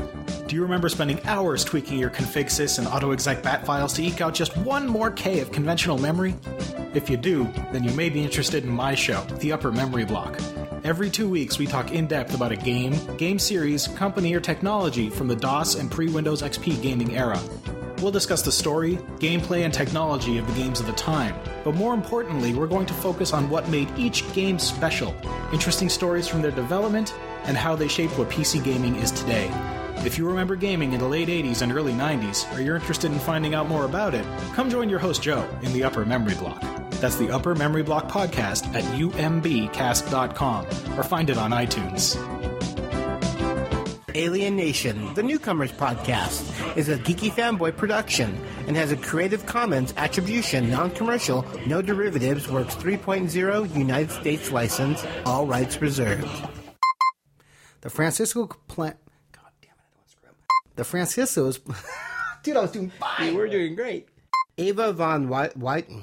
Speaker 27: Do you remember spending hours tweaking your config sys and autoexec bat files to eke out just one more K of conventional memory? If you do, then you may be interested in my show, The Upper Memory Block. Every two weeks, we talk in depth about a game, game series, company, or technology from the DOS and pre Windows XP gaming era. We'll discuss the story, gameplay, and technology of the games of the time. But more importantly, we're going to focus on what made each game special, interesting stories from their development, and how they shaped what PC gaming is today. If you remember gaming in the late 80s and early 90s, or you're interested in finding out more about it, come join your host Joe in the Upper Memory Block. That's the Upper Memory Block podcast at umbcast.com, or find it on iTunes.
Speaker 2: Alien Nation, the Newcomers Podcast, is a geeky fanboy production and has a Creative Commons attribution, non commercial, no derivatives, works 3.0 United States license, all rights reserved.
Speaker 3: The Francisco plant. God damn it, I don't screw up. The Francisco's. Dude, I was doing fine.
Speaker 2: You were doing great. Ava von White.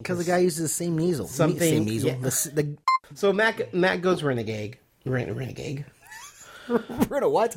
Speaker 3: Because the guy uses the same measle.
Speaker 2: Something-
Speaker 3: Same measle.
Speaker 2: yeah.
Speaker 3: The s- the
Speaker 2: So Matt, Matt goes renegade. Ren- renegade.
Speaker 3: Bruno, what?